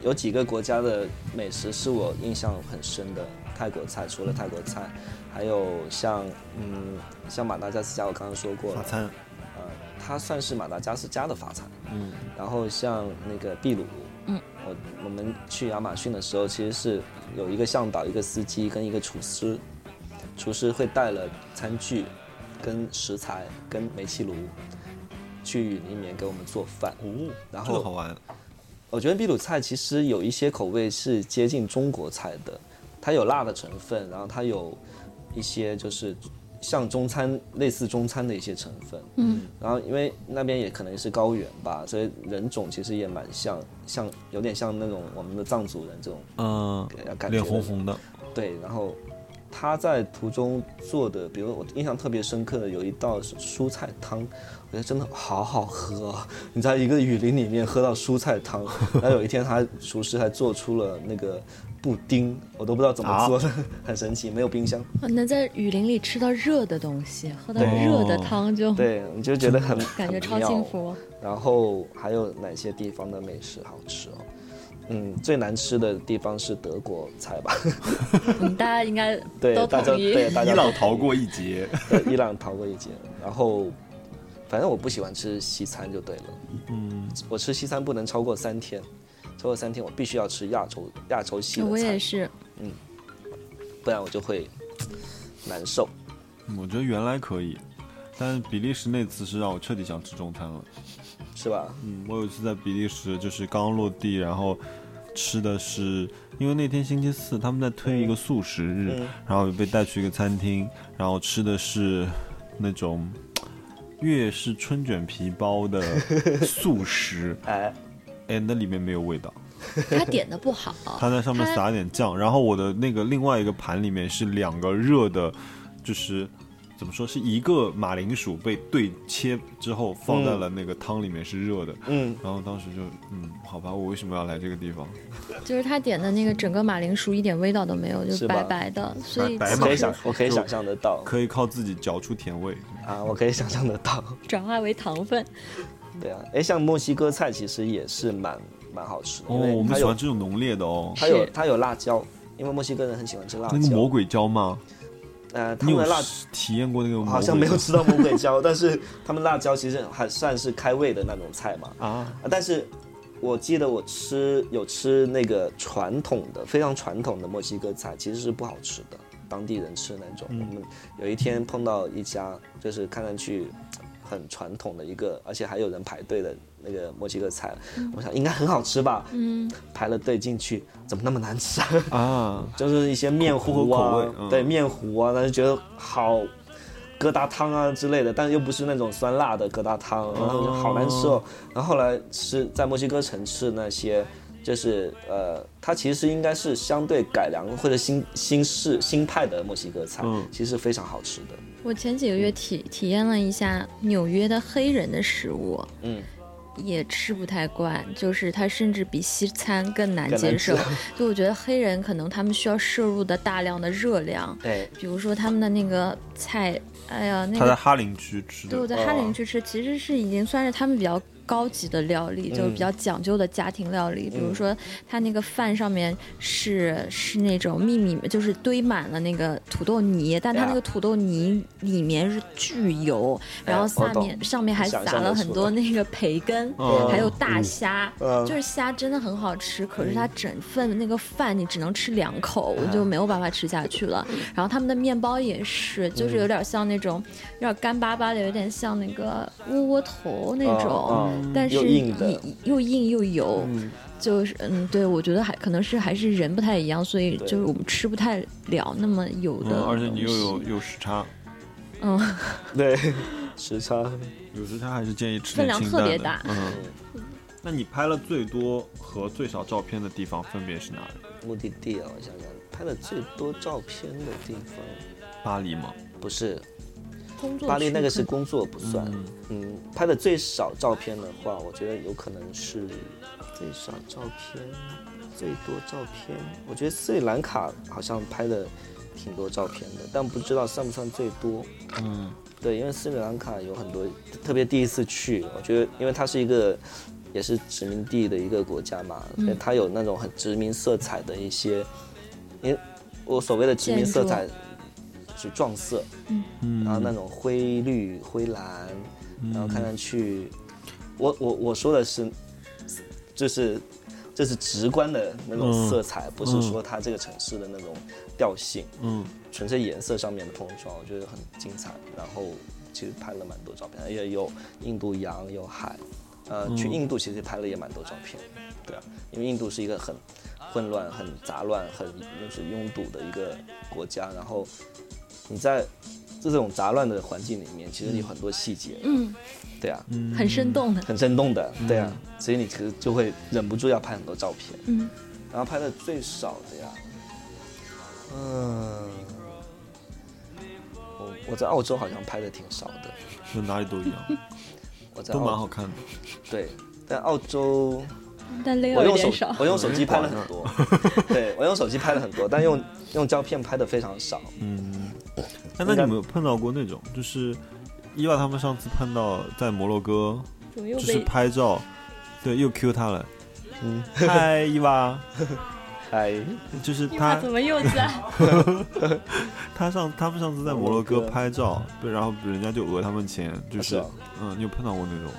Speaker 3: 有几个国家的美食是我印象很深的，泰国菜除了泰国菜，还有像嗯像马达加斯加，我刚刚说过
Speaker 5: 法
Speaker 3: 了，
Speaker 5: 餐，
Speaker 3: 呃，它算是马达加斯加的法餐。嗯。然后像那个秘鲁，
Speaker 4: 嗯，
Speaker 3: 我我们去亚马逊的时候，其实是有一个向导、一个司机跟一个厨师，厨师会带了餐具、跟食材、跟煤气炉。去里面给我们做饭，
Speaker 5: 哦，
Speaker 3: 然
Speaker 5: 这
Speaker 3: 后
Speaker 5: 个好玩，
Speaker 3: 我觉得秘鲁菜其实有一些口味是接近中国菜的，它有辣的成分，然后它有一些就是像中餐类似中餐的一些成分。嗯，然后因为那边也可能是高原吧，所以人种其实也蛮像，像有点像那种我们的藏族人这种
Speaker 1: 嗯，
Speaker 3: 呃感觉。
Speaker 5: 脸红。红的，
Speaker 3: 对，然后他在途中做的，比如我印象特别深刻的有一道是蔬菜汤，我觉得真的好好喝、啊。你在一个雨林里面喝到蔬菜汤，然后有一天他厨师还做出了那个布丁，我都不知道怎么做的，很神奇，没有冰箱。
Speaker 4: 哦能在雨林里吃到热的东西，喝到
Speaker 3: 嗯
Speaker 4: 热的汤就
Speaker 3: 对，你就觉得很
Speaker 4: 感觉
Speaker 3: 很
Speaker 4: 超
Speaker 3: 妙
Speaker 4: 幸福。
Speaker 3: 然后还有哪些地方的美食好吃哦？嗯，最难吃的地方是德国菜吧？
Speaker 4: 嗯，大家应该
Speaker 3: 对，
Speaker 4: 都
Speaker 3: 大家
Speaker 4: 同意。
Speaker 3: 对大
Speaker 5: 伊
Speaker 3: 家
Speaker 5: 朗
Speaker 3: 都
Speaker 5: 逃过 一劫，
Speaker 3: 对呃伊朗逃过一劫。然后，反正我不喜欢吃西餐就对了。嗯，我吃西餐不能超过三天，超过三天我必须要吃亚洲亚洲系的
Speaker 4: 我也
Speaker 3: 菜，
Speaker 4: 是，
Speaker 3: 不然我就会难受。
Speaker 5: 嗯我觉得原来可以，但是比利时那次是让我彻底想吃中餐了。
Speaker 3: 是吧？
Speaker 5: 嗯，我有一次在比利时，就是刚落地，然后吃的是，因为那天星期四他们在推一个素食日，
Speaker 3: 嗯
Speaker 5: 然后被带去一个餐厅，然后吃的是那种呃粤式春卷皮包的素食，
Speaker 3: 哎，
Speaker 5: 哎，那里面没有味道，
Speaker 4: 他点的不好，
Speaker 5: 它在上面撒点酱，然后我的那个另外一个盘里面是两个热的，就是。怎么说是一个马铃薯被对切之后放在了那个汤里面是热的，
Speaker 3: 嗯，
Speaker 5: 然后当时就，嗯，好吧，我为什么要来这个地方？
Speaker 4: 就是他点的那个整个马铃薯一点味道都没有，就是白白的，所以
Speaker 5: 白白
Speaker 3: 可
Speaker 5: 哎马
Speaker 3: 以
Speaker 5: 铃薯
Speaker 3: 想，我可以想象得到
Speaker 5: 可以靠自己嚼出甜味。
Speaker 3: 啊，我可以想象得到。
Speaker 4: 转化为糖分。
Speaker 3: 对啊，哎，像墨西哥菜其实也是蛮蛮好吃的，
Speaker 5: 哦，
Speaker 3: 因为
Speaker 5: 我们
Speaker 3: 它
Speaker 5: 喜
Speaker 3: 有
Speaker 5: 欢这种浓烈的哦。
Speaker 3: 它有
Speaker 4: 是
Speaker 3: 它有辣椒，因为墨西哥人很喜欢吃辣
Speaker 5: 那个魔
Speaker 3: 椒。
Speaker 5: 鬼椒吗？
Speaker 3: 呃，他
Speaker 5: 你
Speaker 3: 们
Speaker 5: 有
Speaker 3: 的辣
Speaker 5: 吃体验过那个魔鬼椒？
Speaker 3: 好像没有吃到魔鬼椒，但是他们辣椒其实还算是开胃的那种菜嘛。
Speaker 5: 啊。
Speaker 3: 啊，但是我记得我吃有吃那个传统的非常传统的墨西哥菜，其实是不好吃的，当地人吃那种。我们有一天碰到一家就是看上去很传统的一个，而且还有人排队的那个墨西哥菜，我想应该很好吃吧，
Speaker 4: 嗯，
Speaker 3: 排了队进去怎么那么难吃啊？
Speaker 5: 啊，
Speaker 3: 就是一些面糊
Speaker 5: 口口
Speaker 3: 啊
Speaker 5: 味，嗯
Speaker 3: 对面糊啊，但是觉得好疙瘩汤啊之类的，但又不是那种酸辣的疙瘩汤，然后就好难吃哦。然后后来吃在墨西哥城吃那些，就是呃，它其实应该是相对改良或者新新式新派的墨西哥菜，
Speaker 5: 嗯
Speaker 3: 其实非常好吃的。
Speaker 4: 我前几个月体体验了一下纽约的黑人的食物，
Speaker 3: 嗯，
Speaker 4: 也吃不太惯，就是它甚至比西餐更难
Speaker 3: 更难
Speaker 4: 接受
Speaker 3: 吃。
Speaker 4: 就我觉得黑人可能他们需要摄入的大量的热量，
Speaker 3: 对，
Speaker 4: 比如说他们的那个菜，哎呀，那
Speaker 5: 他在
Speaker 4: 个
Speaker 5: 哈林区吃
Speaker 4: 对我
Speaker 5: 的，
Speaker 4: 在哈林去吃，其实是已经算是他们比较。高级的料理就是比较
Speaker 3: 嗯
Speaker 4: 讲究的家庭料理，比如说它那个饭上面是是那种密密，就是堆满了那个土豆泥，但它
Speaker 3: 呀
Speaker 4: 那个土豆泥里面是巨油，然后
Speaker 3: 哎我
Speaker 4: 下
Speaker 3: 懂
Speaker 4: 面上面还
Speaker 3: 想
Speaker 4: 撒
Speaker 3: 象得
Speaker 4: 了很
Speaker 3: 出
Speaker 4: 多
Speaker 3: 来
Speaker 4: 那个培根，
Speaker 5: 嗯
Speaker 4: 还有大虾，
Speaker 3: 嗯
Speaker 4: 就是虾真的很好吃，可是它整份的那个饭你只能吃两口，我
Speaker 3: 嗯
Speaker 4: 就没有办法吃下去了。然后他们的面包也是，就
Speaker 3: 嗯
Speaker 4: 是有点像那种有点干巴巴的，有点像那个窝窝头那种，
Speaker 3: 嗯嗯
Speaker 4: 但是
Speaker 3: 又硬的
Speaker 4: 又硬又油，就是嗯，对我觉得还可能是还是人不太一样，所以
Speaker 3: 对
Speaker 4: 就是我们吃不太了那么油的、
Speaker 5: 嗯，而且你又有，有时差，
Speaker 4: 嗯，
Speaker 3: 对， 时差
Speaker 5: 有时差还是建议吃点
Speaker 4: 分量
Speaker 5: 清
Speaker 4: 特
Speaker 5: 淡
Speaker 4: 别
Speaker 5: 的。
Speaker 4: 大
Speaker 5: 嗯，那你拍了最多和最少照片的地方分别是哪里？
Speaker 3: 目的地啊，我想想，拍的最多照片的地方
Speaker 5: 巴黎吗？
Speaker 3: 不是。
Speaker 4: 工作
Speaker 3: 巴黎
Speaker 4: 去
Speaker 3: 那个是
Speaker 4: 看
Speaker 3: 工作不算，嗯，拍的最少照片的话，我觉得有可能是最少照片，最多照片。我觉得斯里兰卡好像拍了挺多照片的，但不知道算不算最多。
Speaker 5: 嗯，
Speaker 3: 对，因为斯里兰卡有很多，特别第一次去，我觉得因为它是一个也是殖民地的一个国家嘛，所以它有那种很殖民色彩的一些，因为我所谓的殖民色彩是撞色，然后那种灰绿灰蓝，然后看上去，我我我说的是，就是这是直观的那种色彩，不是说它这个城市的那种调性，
Speaker 5: 嗯，
Speaker 3: 纯粹颜色上面的碰撞，我觉得很精彩。然后其实拍了蛮多照片，也有印度洋，有海，呃，去印度其实拍了也蛮多照片，对啊，因为印度是一个很混乱、很杂乱、很就是拥堵的一个国家，然后你在这种杂乱的环境里面，其实有很多细节，
Speaker 4: 嗯，
Speaker 3: 对啊，
Speaker 4: 很生动的，
Speaker 3: 很生动的，对啊，所以你其实就会忍不住要拍很多照片，
Speaker 4: 嗯，
Speaker 3: 然后拍的最少的呀，嗯，我我在澳洲好像拍的挺少的，
Speaker 5: 就哪里都一样，
Speaker 3: 我在
Speaker 5: 都蛮好
Speaker 3: 澳
Speaker 5: 看的。
Speaker 3: 对，但澳洲
Speaker 4: 但 layer
Speaker 3: 我
Speaker 4: 有
Speaker 3: 用
Speaker 4: 点
Speaker 3: 手
Speaker 4: 少，
Speaker 3: 我用手机拍了很多，对我用手机拍了很多，但用用胶片拍的非常少，嗯
Speaker 5: 哎，那你们有碰到过那种，就是伊娃他们上次碰到在摩洛哥，
Speaker 6: 怎么又
Speaker 5: 就是
Speaker 6: 被
Speaker 5: 拍照，对，又 Q 他 了，
Speaker 3: 嗯，
Speaker 5: 嗨，伊娃，
Speaker 3: 哎，
Speaker 5: 就是
Speaker 6: 伊娃
Speaker 5: 他
Speaker 6: 怎么又在？
Speaker 5: 他上他们上次在摩洛
Speaker 3: 摩
Speaker 5: 哥
Speaker 3: 洛哥
Speaker 5: 拍照，对，然后人家就讹他们钱，就是
Speaker 3: 是啊
Speaker 5: 嗯，你有碰到过那种吗？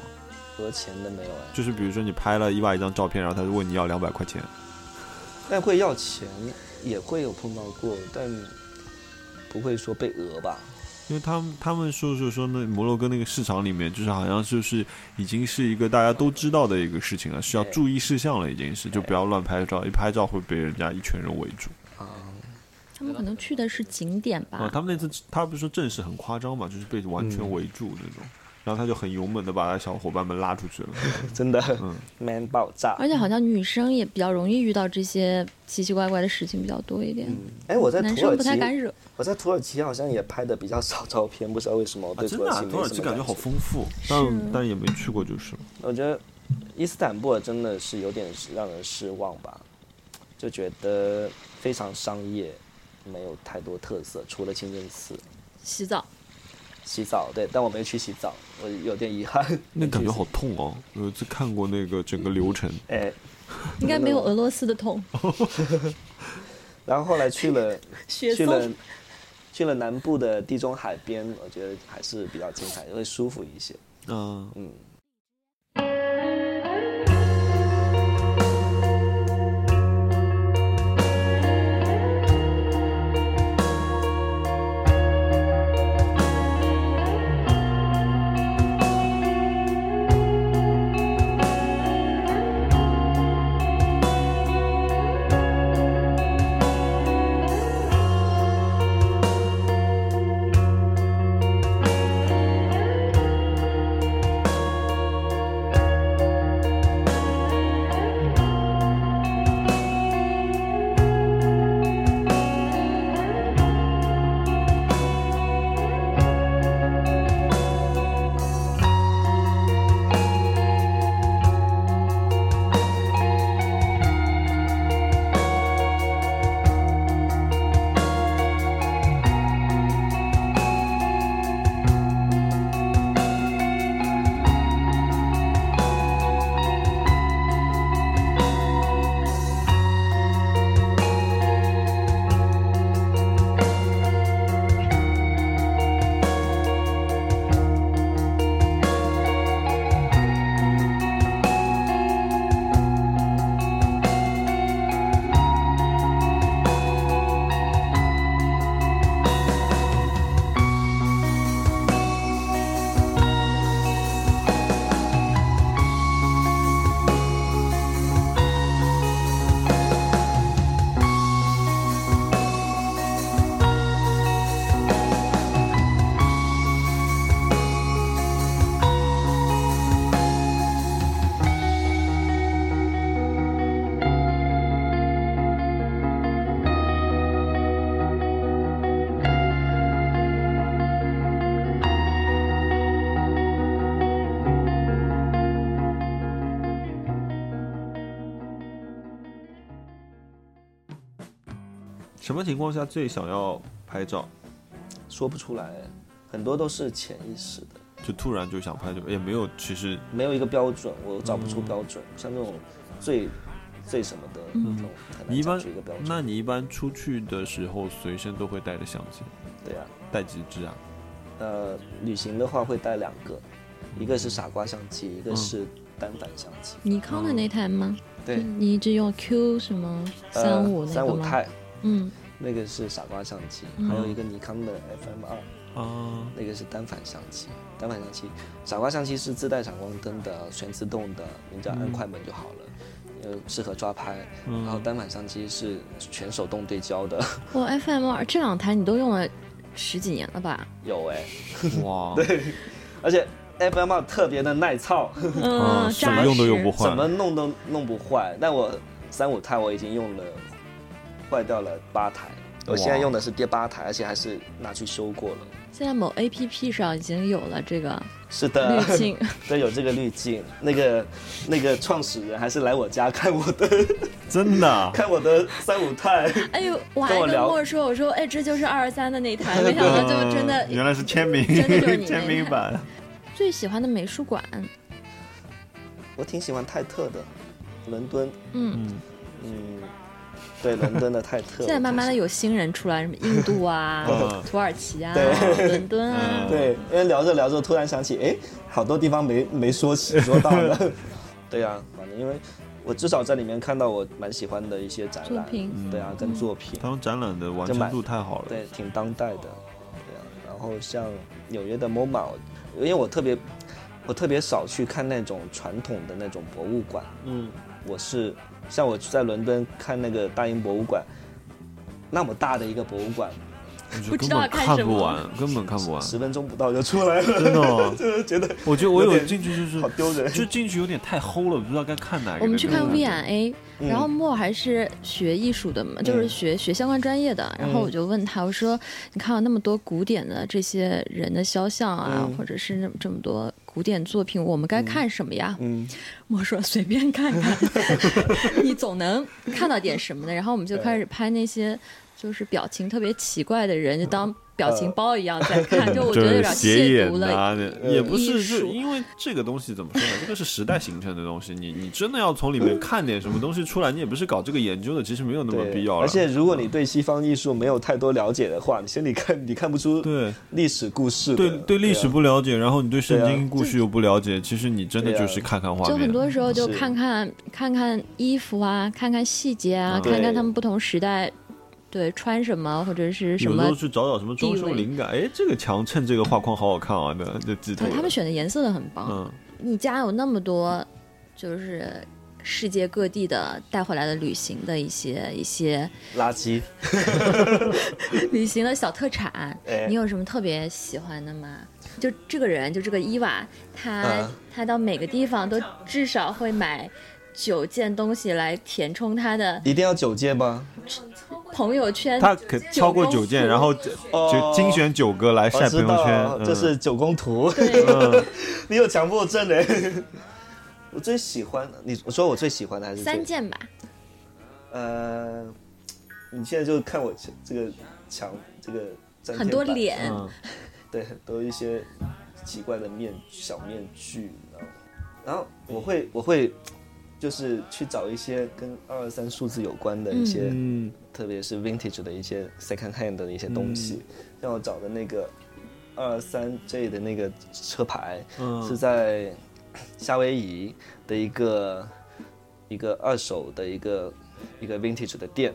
Speaker 3: 和钱的没有哎。
Speaker 5: 就是比如说你拍了伊娃一张照片，然后他就问你要两百块钱，
Speaker 3: 但会要钱，也会有碰到过，但不会说被讹吧？
Speaker 5: 因为他们他们说是说那摩洛哥那个市场里面，就是好像就是已经是一个大家都知道的一个事情了，需要
Speaker 3: 对
Speaker 5: 注意事项了，已经是就不要乱拍照，一拍照会被人家一群人围住。
Speaker 3: 啊，
Speaker 4: 他们可能去的是景点吧，
Speaker 3: 哦
Speaker 5: 啊，他们那次他不是说阵势很夸张嘛，就是被完全围住那种，然后他就很勇猛的把他小伙伴们拉出去 了。
Speaker 3: 真的、man 爆炸。
Speaker 4: 而且好像女生也比较容易遇到这些奇奇怪怪的事情比较多一点，
Speaker 3: 哎，我在
Speaker 4: 男
Speaker 3: 土耳
Speaker 4: 生不太敢
Speaker 3: 其，
Speaker 4: 惹。
Speaker 3: 我在土耳其好像也拍的比较少照片，不知道为什么我对
Speaker 5: 真
Speaker 3: 土
Speaker 5: 的、
Speaker 3: 耳
Speaker 5: 啊
Speaker 3: 其，没
Speaker 5: 土耳
Speaker 3: 什
Speaker 5: 其
Speaker 3: 么
Speaker 5: 感觉好丰富，
Speaker 4: 是
Speaker 5: 但但也没去过就是了。
Speaker 3: 我觉得伊斯坦布尔真的是有点让人失望吧，就觉得非常商业，没有太多特色，除了清真寺、
Speaker 4: 洗澡，
Speaker 3: 洗澡。对，但我没去洗澡，我有点遗憾。
Speaker 5: 那感觉好痛哦！有一次看过那个整个流程，
Speaker 3: 哎，
Speaker 4: 应该没有俄罗斯的痛。
Speaker 3: 嗯然后后来去 了。
Speaker 6: 雪
Speaker 3: 去
Speaker 6: 松
Speaker 3: 了去了南部的地中海边，我觉得还是比较精彩，会舒服一些。
Speaker 5: 嗯、
Speaker 3: 嗯，
Speaker 5: 嗯什么情况下最想要拍照？
Speaker 3: 说不出来，很多都是潜意识的，
Speaker 5: 就突然就想拍，就也没有其实
Speaker 3: 没有一个标准，我找不出标准。像那种最最什么的，那种
Speaker 5: 嗯
Speaker 3: 很
Speaker 5: 你一
Speaker 3: 难找
Speaker 5: 般
Speaker 3: 出一个标，
Speaker 5: 那
Speaker 3: 准。
Speaker 5: 你一般出去的时候随身都会带着相机，
Speaker 3: 对呀、
Speaker 5: 带几支啊？
Speaker 3: 呃，旅行的话会带两个，一个是傻瓜相机，
Speaker 5: 嗯
Speaker 3: 一个是单反相机。
Speaker 4: 尼康的那台吗？
Speaker 3: 对，
Speaker 4: 你一直用 Q 什么
Speaker 3: 呃
Speaker 4: 三五那
Speaker 3: 三
Speaker 4: 个
Speaker 3: 五
Speaker 4: 吗？
Speaker 3: 钛
Speaker 4: 嗯，
Speaker 3: 那个是傻瓜相机，
Speaker 4: 嗯
Speaker 3: 还有一个尼康的 FM 二，
Speaker 5: 啊，
Speaker 3: 那个是单反相机。单反相机，傻瓜相机是自带闪光灯的，全自动的，你只要按快门就好了。呃，适合抓拍，然后单反相机是全手动对焦的，
Speaker 4: 我 FM 二这两台你都用了十几年了吧？
Speaker 3: 有哎、
Speaker 5: 哇，
Speaker 3: 而且 FM 二特别的耐操，
Speaker 5: 啊
Speaker 4: 嗯，
Speaker 5: 什
Speaker 4: 扎
Speaker 5: 么
Speaker 4: 实。
Speaker 5: 用都用不坏，
Speaker 3: 哦怎么弄都弄不坏。但我三五钛我已经用了，坏掉了八台，我现在用的是第八台，而且还是拿去修过了。
Speaker 4: 现在某 APP 上已经有了这个
Speaker 3: 是的，
Speaker 4: 滤镜，
Speaker 3: 对，有这个滤镜。那个那个创始人还是来我家看我的
Speaker 5: 真的啊
Speaker 3: 看我的三五钛，
Speaker 4: 哎呦，我还
Speaker 3: 跟我
Speaker 4: 跟
Speaker 3: 聊
Speaker 4: 莫说，我说，哎，这就是二十三的 那台，没想到就真的
Speaker 5: 嗯原来是签名
Speaker 4: 真的就是你那
Speaker 5: 签名版，
Speaker 4: 最喜欢的美术馆，
Speaker 3: 我挺喜欢泰特的，伦敦，
Speaker 4: 嗯，
Speaker 5: 嗯，
Speaker 3: 嗯，对，伦敦的泰特。
Speaker 4: 现在慢慢的有新人出来，什么印度 啊
Speaker 5: 嗯、
Speaker 4: 土耳其啊、
Speaker 3: 对
Speaker 4: 伦敦啊
Speaker 5: 嗯，
Speaker 3: 对，因为聊着聊着，突然想起，哎，好多地方没没说起说到 的。对呀、反正因为我至少在里面看到我蛮喜欢的一些展
Speaker 4: 作
Speaker 3: 览，
Speaker 4: 品
Speaker 3: 对啊，跟作品，
Speaker 5: 他们展览的完
Speaker 3: 就买
Speaker 5: 成度太好了，
Speaker 3: 对，挺当代的，对啊。然后像纽约的 MoMA，我因为我特别我特别少去看那种传统的那种博物馆，
Speaker 5: 嗯，
Speaker 3: 我是像我在伦敦看那个大英博物馆，那么大的一个博物馆，
Speaker 5: 你就
Speaker 4: 不
Speaker 5: 根
Speaker 4: 知道
Speaker 5: 本
Speaker 4: 看
Speaker 5: 看
Speaker 4: 什
Speaker 5: 不
Speaker 4: 么
Speaker 5: 完，根本看不完，
Speaker 3: 十分钟不到就出来了，
Speaker 5: 真的哦，
Speaker 3: 就觉得
Speaker 5: 我觉得我
Speaker 3: 有
Speaker 5: 有
Speaker 3: 点
Speaker 5: 进去就是
Speaker 3: 好丢人。
Speaker 5: 就进去有点太齁了，不知道该看哪个。
Speaker 4: 我们去看
Speaker 5: 那种
Speaker 4: V N A，
Speaker 3: 嗯
Speaker 4: 然后莫还是学艺术的嘛，就是学学相关专业的。然后
Speaker 3: 嗯
Speaker 4: 我就问他，我说：“你看到那么多古典的这些人的肖像啊
Speaker 3: 嗯，
Speaker 4: 或者是那这么多古典作品，我们该看什么呀？”
Speaker 3: 嗯，
Speaker 4: 莫说：“随便看 看，你总能看到点什么的。”然后我们就开始拍那些就是表情特别奇怪的人，就当表
Speaker 3: 嗯
Speaker 4: 情包一样在看，就我觉
Speaker 5: 就
Speaker 4: 得有
Speaker 5: 是
Speaker 4: 点
Speaker 5: 斜
Speaker 4: 亵渎
Speaker 5: 眼
Speaker 4: 了。
Speaker 5: 啊，也不
Speaker 4: 艺
Speaker 5: 是，
Speaker 4: 术
Speaker 5: 就因为这个东西怎么说呢？这个是时代形成的东西，你你真的要从里
Speaker 4: 嗯
Speaker 5: 面看点什么东西出来，你也不是搞这个研究的，其实没有那么
Speaker 3: 对，
Speaker 5: 必要了。嗯
Speaker 3: 而且如果你对西方艺术没有太多了解的话，你先你看你看不出
Speaker 5: 对
Speaker 3: 历史故事的。
Speaker 5: 对对历
Speaker 3: 啊
Speaker 5: 史不了解，然后你对圣
Speaker 3: 对啊
Speaker 5: 经故事又不了解，其实你真的
Speaker 3: 对啊
Speaker 5: 就是看看画
Speaker 4: 就很
Speaker 5: 面。
Speaker 4: 多时候就是看看看看衣服啊，看看细节啊，
Speaker 5: 对
Speaker 4: 看看他们不同时代对穿什么或者是什
Speaker 5: 有时
Speaker 4: 么
Speaker 5: 候。去找找什么装修
Speaker 4: 地位
Speaker 5: 灵感，哎，这个墙衬这个画框好好看啊，那就记住
Speaker 4: 对
Speaker 5: 了。
Speaker 4: 他们选的颜色都很棒。
Speaker 5: 嗯，
Speaker 4: 你家有那么多，就是世界各地的带回来的旅行的一些一些
Speaker 3: 垃圾，
Speaker 4: 旅行的小特产，
Speaker 3: 哎
Speaker 4: 你有什么特别喜欢的吗？就这个人，就这个伊娃，他、
Speaker 5: 嗯
Speaker 3: 啊
Speaker 4: 他到每个地方都至少会买九件东西来填充他的
Speaker 3: 一定要九戒吗？
Speaker 4: 朋友圈。
Speaker 5: 他可超过九件，然后就
Speaker 3: 哦
Speaker 5: 精选九个来
Speaker 3: 我
Speaker 5: 晒朋
Speaker 3: 知
Speaker 5: 友
Speaker 3: 道
Speaker 5: 圈，，嗯
Speaker 3: 这是九宫图，
Speaker 4: 对，
Speaker 3: 你有强迫症哎。 我最喜欢你，我说我最喜欢的还是
Speaker 4: 三
Speaker 3: 戒。
Speaker 4: 件吧。
Speaker 3: 呃，你现在就看我这这个墙，这个粘贴板
Speaker 4: 很多，脸，
Speaker 5: 嗯
Speaker 3: 对，很多一些奇怪的面小面具，然后然后我会我会就是去找一些跟二二三数字有关的一些，
Speaker 5: 嗯，
Speaker 3: 特别是 vintage 的一些 second hand 的一些东西，
Speaker 5: 嗯
Speaker 3: 像我找的那个二三 J 的那个车牌，
Speaker 5: 嗯
Speaker 3: 是在夏威夷的一个一个二手的一个一个 vintage 的店，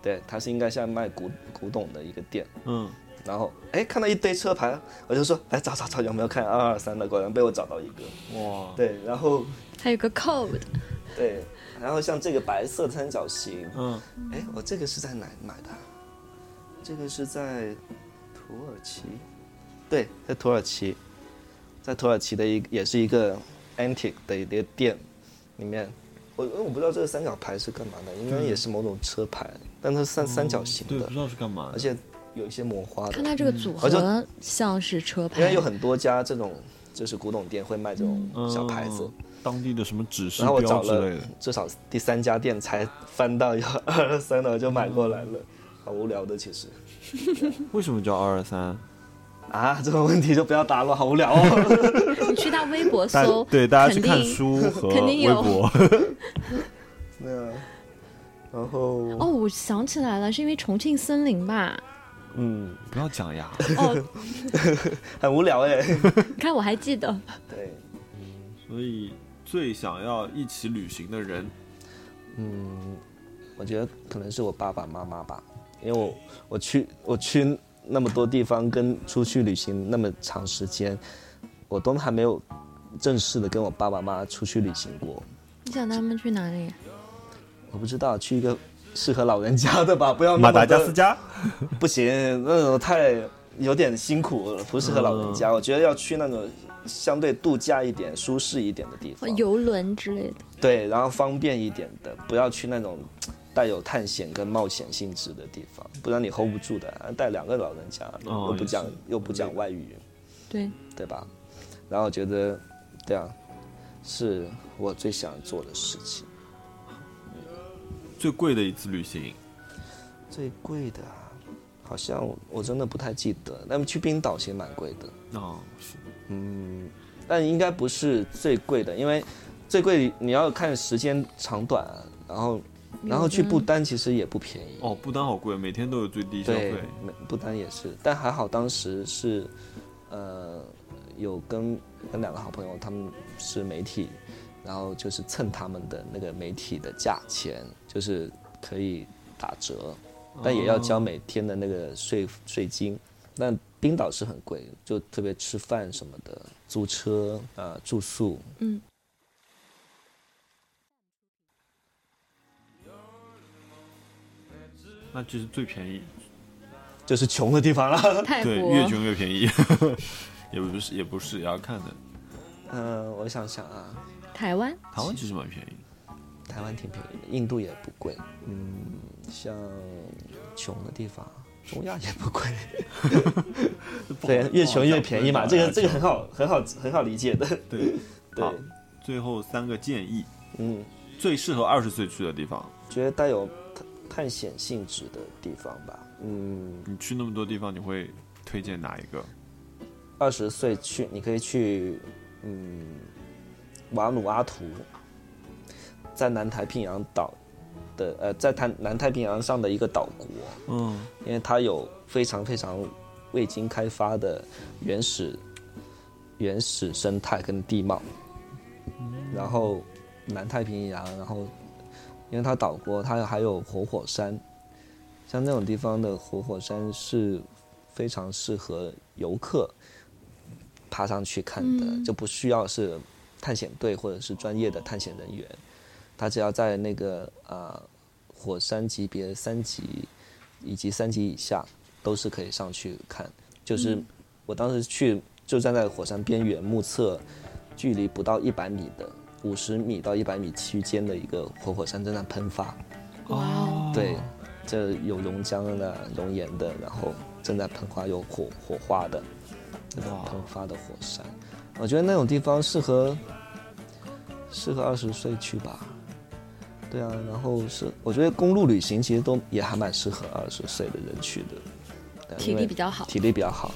Speaker 3: 对，它是应该像卖古古董的一个店，
Speaker 5: 嗯，
Speaker 3: 然后哎看到一堆车牌，我就说来找找找有没有看二二三的，果然被我找到一个，
Speaker 5: 哇，
Speaker 3: 对，然后
Speaker 4: 还有个 code，
Speaker 3: 对，然后像这个白色三角形，
Speaker 5: 嗯，
Speaker 3: 哎，我这个是在哪买的啊？这个是在土耳其，对，在土耳其，在土耳其的一个也是一个 antique 的一个店里面，我我不知道这个三角牌是干嘛的，应该也是某种车牌，但它是三三角形
Speaker 5: 嗯对，
Speaker 3: 的
Speaker 5: 不知，道是干嘛的
Speaker 3: 而。且有一些磨花
Speaker 4: 看
Speaker 3: 的，
Speaker 4: 它这个组
Speaker 3: 而且
Speaker 4: 合像是车
Speaker 3: 因为
Speaker 4: 牌
Speaker 3: 有，很多家这种就是古董店会卖这种小牌子。
Speaker 5: 嗯当地的什么指示
Speaker 3: 然后我
Speaker 5: 标
Speaker 3: 找
Speaker 5: 之
Speaker 3: 了
Speaker 5: 类的。
Speaker 3: 至少第三家店才翻到有二二三的，我就买过来了。好无聊的其实。
Speaker 5: 为什么叫二二三？
Speaker 3: 啊，这种问题就不要答了，好无聊哦。
Speaker 4: 你去他微博
Speaker 5: 大
Speaker 4: 搜，
Speaker 5: 对大家去
Speaker 4: 肯定
Speaker 5: 看书和
Speaker 4: 肯定
Speaker 5: 微
Speaker 4: 有
Speaker 5: 博，
Speaker 3: 对啊， 然后
Speaker 4: 哦，我想起来了，是因为重庆森林吧？
Speaker 3: 嗯，
Speaker 5: 不要讲呀。
Speaker 4: 哦，
Speaker 3: 很无聊哎、
Speaker 4: 你看我还记得，
Speaker 3: 对，
Speaker 5: 所以最想要一起旅行的人，
Speaker 3: 嗯，我觉得可能是我爸爸妈妈吧，因为我我去我去那么多地方，跟出去旅行那么长时间，我都还没有正式的跟我爸爸妈妈出去旅行过。
Speaker 4: 你想带他们去哪里？
Speaker 3: 我不知道去一个适合老人家的吧，不要那么
Speaker 5: 马
Speaker 3: 的
Speaker 5: 达加斯加，
Speaker 3: 不行，那种太有点辛苦了，不适合老人家。我觉得要去那种相对度假一点、舒适一点的地方，
Speaker 4: 游轮之类的。
Speaker 3: 对，然后方便一点的，不要去那种带有探险跟冒险性质的地方，不然你 hold 不住的。啊带两个老人家，
Speaker 5: 哦
Speaker 3: 又不讲
Speaker 5: 也是
Speaker 3: 又不讲外语，
Speaker 4: 对，
Speaker 3: 对吧？然后我觉得，对啊，是我最想做的事情。
Speaker 5: 最贵的一次旅行，
Speaker 3: 最贵的啊，好像我我真的不太记得。那么去冰岛其实蛮贵的。
Speaker 5: 哦，是
Speaker 3: 嗯，但应该不是最贵的，因为最贵你要看时间长短啊，然后然后去
Speaker 4: 嗯
Speaker 3: 不丹其实也不便宜，
Speaker 5: 哦，不丹好贵，每天都有最低消
Speaker 3: 对
Speaker 5: 费。，
Speaker 3: 那不丹也是，但还好当时是呃有跟跟两个好朋友，他们是媒体，然后就是蹭他们的那个媒体的价钱，就是可以打折，但
Speaker 5: 哦
Speaker 3: 也要交每天的那个税税金。那冰岛是很贵，就特别吃饭什么的，租车啊、呃住宿，
Speaker 4: 嗯，
Speaker 5: 那就是最便宜，
Speaker 3: 就是穷的地方了。
Speaker 4: 泰
Speaker 5: 对，
Speaker 4: 国
Speaker 5: 越穷越便宜， 也不是也不是也要看的。
Speaker 3: 嗯、我想想啊，
Speaker 4: 台湾，
Speaker 5: 台湾其实蛮便宜，
Speaker 3: 台湾挺便宜的，印度也不贵，嗯，像穷的地方，中亚也不 贵，对，越穷越便宜嘛，这个这个很好，很好，很好理解的，
Speaker 5: 对。
Speaker 3: 对
Speaker 5: 好，最后三个建议，
Speaker 3: 嗯，
Speaker 5: 最适合二十岁去的地方。
Speaker 3: 觉得带有探探险性质的地方吧，嗯，
Speaker 5: 你去那么多地方，你会推荐哪一个？
Speaker 3: 二十岁去，你可以去，嗯，瓦努阿图，在南太平洋岛的，呃，在太南太平洋上的一个岛国，
Speaker 5: 嗯，
Speaker 3: 因为它有非常非常未经开发的原始原始生态跟地貌，然后南太平洋，然后因为它岛国，它还有活火山，像这种地方的活火山是非常适合游客爬上去看的，
Speaker 4: 嗯
Speaker 3: 就不需要是探险队或者是专业的探险人员，他只要在那个啊、呃火山级别三级以及三级以下都是可以上去看。就是我当时去就站在火山边缘目测，距离不到一百米的。五十米到一百米区间的一个活火山正在喷发，
Speaker 4: 哇哦，
Speaker 3: 对，这有熔浆的、熔岩的，然后正在喷发，有火火花的，正在喷发的火山。我觉得那种地方适合适合二十岁去吧。对啊，然后是我觉得公路旅行其实都也还蛮适合二十岁的人去的，对啊
Speaker 4: 体
Speaker 3: 因
Speaker 4: 力
Speaker 3: 为
Speaker 4: 比较好。
Speaker 3: 体力比较好，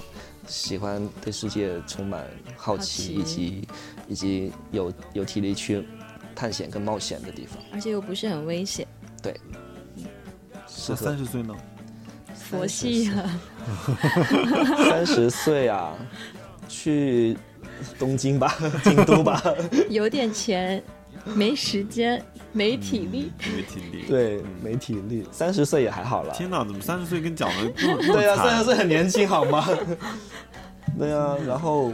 Speaker 3: 喜欢对世界充满好奇，以
Speaker 4: 好奇
Speaker 3: 及以及有有体力去探险跟冒险的地方，
Speaker 4: 而且又不是很危险，
Speaker 3: 适
Speaker 5: 那
Speaker 3: 合
Speaker 5: 三十岁呢？
Speaker 4: 佛系啊，
Speaker 3: 三十岁啊，去东京吧， 京都吧，
Speaker 4: 有点钱，没时间，没体力，
Speaker 5: 没听力。
Speaker 3: 对，没体力，三十岁也还好啦。
Speaker 5: 天哪，怎么三十岁跟讲的这么
Speaker 3: 对
Speaker 5: 这么
Speaker 3: 啊，三十
Speaker 5: 惨
Speaker 3: 岁很年轻好吗？ 对啊，然后，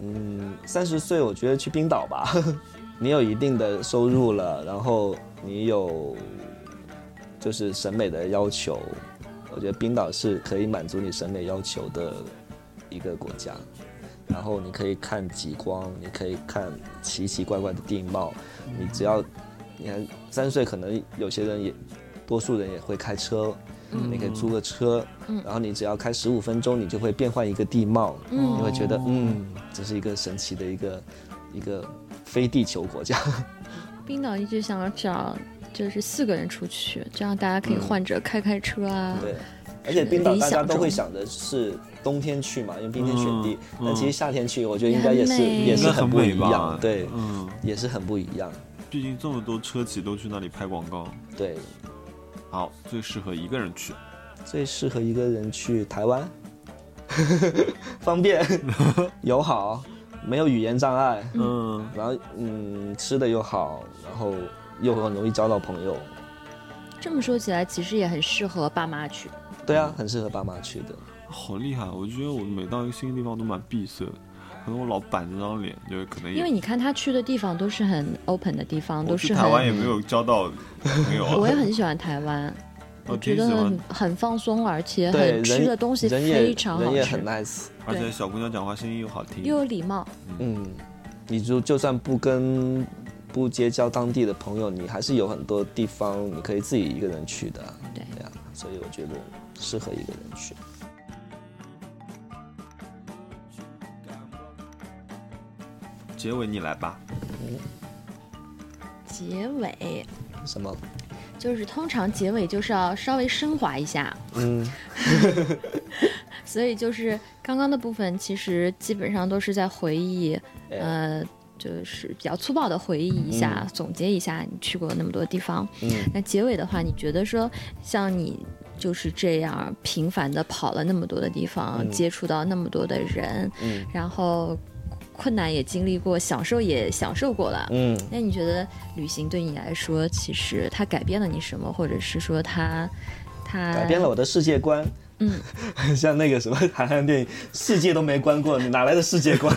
Speaker 3: 嗯，三十岁我觉得去冰岛吧， 你有一定的收入了，然后你有就是审美的要求，我觉得冰岛是可以满足你审美要求的一个国家。然后你可以看极光，你可以看奇奇怪怪的地貌，你只要，你看三十岁可能有些人也，多数人也会开车，
Speaker 4: 嗯
Speaker 3: 你可以租个车，然后你只要开十五分钟，你就会变换一个地貌，
Speaker 4: 嗯
Speaker 3: 你会觉得
Speaker 5: 哦
Speaker 3: 嗯，这是一个神奇的一个一个非地球国家。
Speaker 5: 嗯
Speaker 4: 冰岛一直想要找就是四个人出去，这样大家
Speaker 5: 嗯
Speaker 4: 可以换着开开车啊。
Speaker 3: 对，而且冰岛
Speaker 4: 理
Speaker 3: 大
Speaker 4: 想
Speaker 3: 家都会
Speaker 4: 中
Speaker 3: 想着是冬天去嘛，因为冰天雪地。
Speaker 5: 嗯
Speaker 3: 但其实夏天去，我觉得应
Speaker 4: 也
Speaker 3: 该
Speaker 4: 很
Speaker 3: 也是
Speaker 4: 美
Speaker 3: 也
Speaker 5: 应
Speaker 3: 是
Speaker 5: 该很
Speaker 3: 不
Speaker 5: 美
Speaker 3: 一
Speaker 5: 吧
Speaker 3: 样，？对，
Speaker 5: 嗯，
Speaker 3: 也是很不一样。
Speaker 5: 毕竟这么多车企都去那里拍广告。
Speaker 3: 对，
Speaker 5: 好，最适合一个人去。
Speaker 3: 最适合一个人去台 湾，方便、 友好，没有语言障碍，
Speaker 5: 嗯，
Speaker 3: 然后嗯，吃的又好，然后又很容易交到朋友。
Speaker 4: 这么说起来，其实也很适合爸妈去。
Speaker 3: 对啊，很适合爸妈去的。
Speaker 5: 好厉害！啊我觉得我每到一个新的地方都蛮闭塞的，可能我老板着张脸，就是可能也
Speaker 4: 因为你看他去的地方都是很 open 的地方，
Speaker 5: 我
Speaker 4: 都
Speaker 5: 去
Speaker 4: 是
Speaker 5: 台湾
Speaker 4: 很。
Speaker 5: 也没有交到朋友啊。哦
Speaker 4: 我也很喜欢台湾，
Speaker 5: 我
Speaker 4: 我
Speaker 5: 挺
Speaker 4: 觉
Speaker 5: 喜
Speaker 4: 得
Speaker 5: 欢
Speaker 4: 很，很放松，而且
Speaker 3: 对，
Speaker 4: 嗯很
Speaker 3: 人
Speaker 4: 吃的东西
Speaker 3: 人也
Speaker 4: 非常好
Speaker 3: 人也
Speaker 4: 吃
Speaker 3: 很，nice。
Speaker 5: 而且小姑娘讲话声音又好听。
Speaker 4: 又有礼貌。
Speaker 3: 嗯，你就就算不跟不结交当地的朋友，你还是有很多地方你可以自己一个人去的。
Speaker 4: 对
Speaker 3: 呀、所以我觉得适合一个人去。
Speaker 5: 结尾你来吧。
Speaker 4: 结尾
Speaker 3: 什么？
Speaker 4: 就是通常结尾就是要稍微升华一下，
Speaker 3: 嗯，
Speaker 4: 所以就是刚刚的部分，其实基本上都是在回忆，
Speaker 3: 哎
Speaker 4: 呃，就是比较粗暴的回忆一下，
Speaker 3: 嗯
Speaker 4: 总结一下你去过那么多地方。
Speaker 3: 嗯
Speaker 4: 那结尾的话，你觉得说像你就是这样频繁的跑了那么多的地方，
Speaker 3: 嗯
Speaker 4: 接触到那么多的人，
Speaker 3: 嗯
Speaker 4: 然后困难也经历过，享受也享受过了。
Speaker 3: 嗯
Speaker 4: 那你觉得旅行对你来说，其实它改变了你什么，或者是说它它
Speaker 3: 改变了我的世界观。
Speaker 4: 哎嗯，
Speaker 3: 像那个什么韩寒电影，世界都没关过，你哪来的世界观？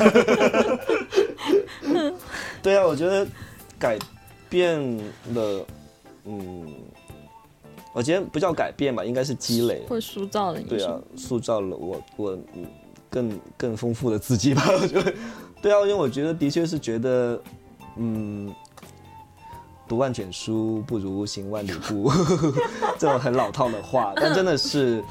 Speaker 3: 对啊，我觉得改变了，嗯，我觉得不叫改变吧，应该是积累。
Speaker 4: 会塑造了你？
Speaker 3: 对啊，，塑造了我我嗯更更丰富的自己吧。 我觉得，对啊，因为我觉得的确是觉得，嗯，读万卷书不如行万里路， 这种很老套的话，但真的是。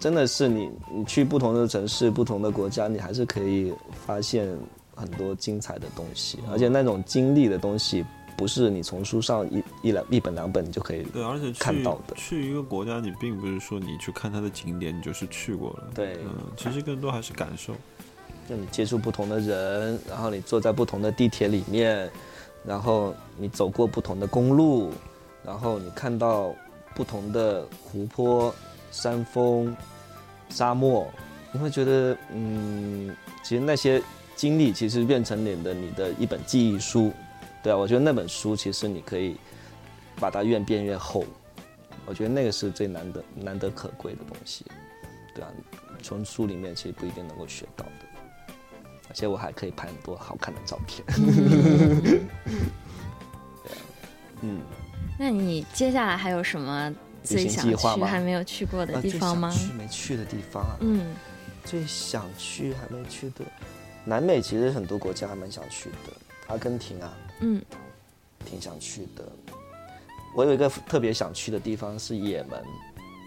Speaker 3: 真的是你，你去不同的城市、不同的国家，你还是可以发现很多精彩的东西，而且那种经历的东西，不是你从书上一一两一本两本你就可以。
Speaker 5: 对，而且去
Speaker 3: 看到的
Speaker 5: 去一个国家，你并不是说你去看它的景点，你就是去过了。
Speaker 3: 对
Speaker 5: 嗯，其实更多还是感受。
Speaker 3: 就你接触不同的人，然后你坐在不同的地铁里面，然后你走过不同的公路，然后你看到不同的湖泊、山峰、沙漠，你会觉得，嗯，其实那些经历其实变成你的你的一本记忆书，对啊，我觉得那本书其实你可以把它越变越厚，我觉得那个是最难得难得可贵的东西，对啊，从书里面其实不一定能够学到的。而且我还可以拍很多好看的照片。 嗯，
Speaker 4: 那你接下来还有什么
Speaker 3: 旅
Speaker 4: 最
Speaker 3: 行
Speaker 4: 想
Speaker 3: 计划
Speaker 4: 去
Speaker 3: 吗
Speaker 4: 还没有去过的
Speaker 3: 啊
Speaker 4: 地方吗
Speaker 3: 最？想去没去的地方啊，
Speaker 4: 嗯，
Speaker 3: 最想去还没去的，南美其实很多国家还蛮想去的，阿根廷啊，
Speaker 4: 嗯，
Speaker 3: 挺想去的。我有一个特别想去的地方是也门，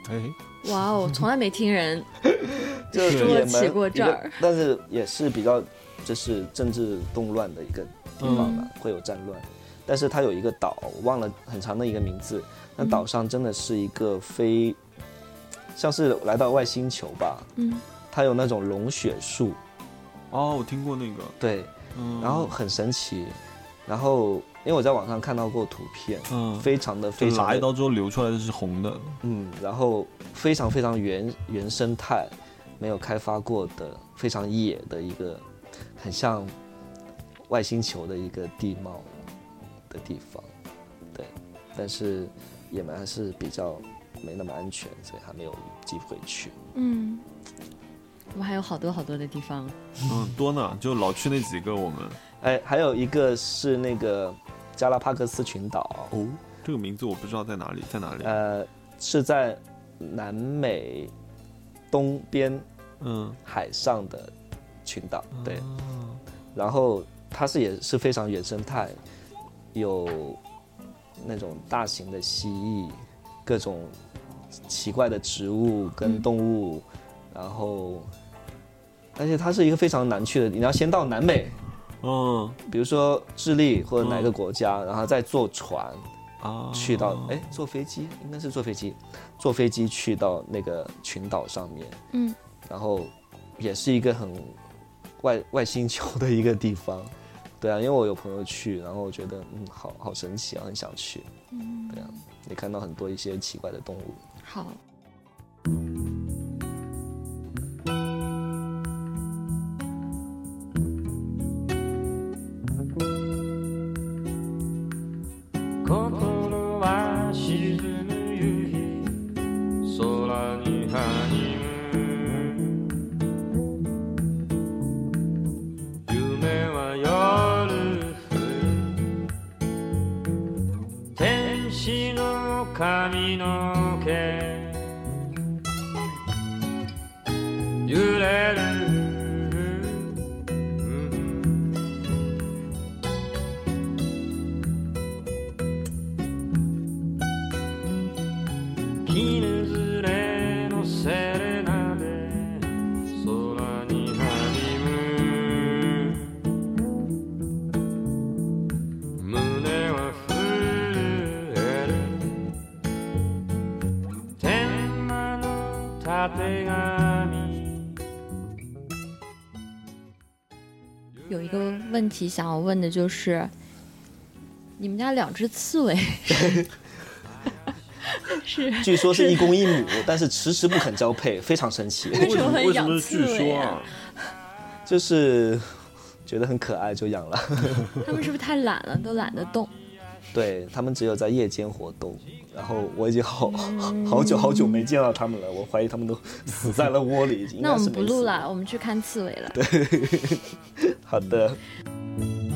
Speaker 5: 哎，
Speaker 4: 哇哦，从来没听人
Speaker 3: 就是
Speaker 4: 说
Speaker 3: 也
Speaker 4: 起
Speaker 3: 门
Speaker 4: 过
Speaker 3: 一
Speaker 4: 这
Speaker 3: 个
Speaker 4: 儿，
Speaker 3: 但是也是比较就是政治动乱的一个地方
Speaker 5: 嗯
Speaker 3: 嘛，会有战乱。但是它有一个岛，我忘了很长的一个名字。那岛上真的是一个非，像是来到外星球吧，
Speaker 4: 嗯，
Speaker 3: 它有那种龙血树，
Speaker 5: 哦，我听过那个，
Speaker 3: 对，
Speaker 5: 嗯，
Speaker 3: 然后很神奇。然后因为我在网上看到过图片，
Speaker 5: 嗯，
Speaker 3: 非常的非
Speaker 5: 就
Speaker 3: 常
Speaker 5: 拿
Speaker 3: 地
Speaker 5: 一刀之后流出来的是红的，
Speaker 3: 嗯，然后非常非常原原生态，没有开发过的非常野的一个，很像外星球的一个地貌的地方，对，但是也蛮还是比较没那么安全，所以还没有机会去。
Speaker 4: 嗯，我还有好多好多的地方。
Speaker 5: 嗯，多呢，就老去那几个我们。
Speaker 3: 哎，还有一个是那个加拉帕戈斯群岛，
Speaker 5: 哦，这个名字我不知道在哪里，在哪里？
Speaker 3: 呃，是在南美东边
Speaker 5: 嗯，
Speaker 3: 海上的群岛，对。
Speaker 5: 啊
Speaker 3: 然后它是也是非常原生态，有那种大型的蜥蜴，各种奇怪的植物跟动物，然后，而且它是一个非常难去的，你要先到南美，
Speaker 5: 嗯，
Speaker 3: 比如说智利或者哪个国家，然后再坐船，
Speaker 5: 啊，
Speaker 3: 去到哎坐飞机应该是坐飞机，坐飞机去到那个群岛上面，
Speaker 4: 嗯，
Speaker 3: 然后也是一个很外外星球的一个地方，对啊，因为我有朋友去，然后我觉得嗯好好神奇啊，很想去，嗯，对啊，也看到很多一些奇怪的动物，
Speaker 4: 好，
Speaker 2: 心は沈む夕日空にはじむ夢は夜降る天使の髪の毛揺れるうん絹ずれのセレナで空にはじむ胸は震える天満のたてがみ
Speaker 4: 有一个问题想要问的就是，你们家两只刺猬 是
Speaker 3: 据说是一公一母， 但是迟迟不肯交配，非常神奇，
Speaker 5: 为
Speaker 4: 什么
Speaker 5: 为什么
Speaker 4: 养
Speaker 5: 是据
Speaker 4: 刺猬
Speaker 5: 说
Speaker 4: 啊？
Speaker 3: 就是觉得很可爱就养了。
Speaker 4: 他们是不是太懒了，都懒得动？
Speaker 3: 对他们只有在夜间活动，然后我已经好
Speaker 4: 嗯
Speaker 3: 好久好久没见到他们了，我怀疑他们都死在了窝里。应该
Speaker 4: 那我
Speaker 3: 是
Speaker 4: 们不
Speaker 3: 没死
Speaker 4: 录了，我们去看刺猬了。
Speaker 3: 好的，
Speaker 2: 「Mm-hmm.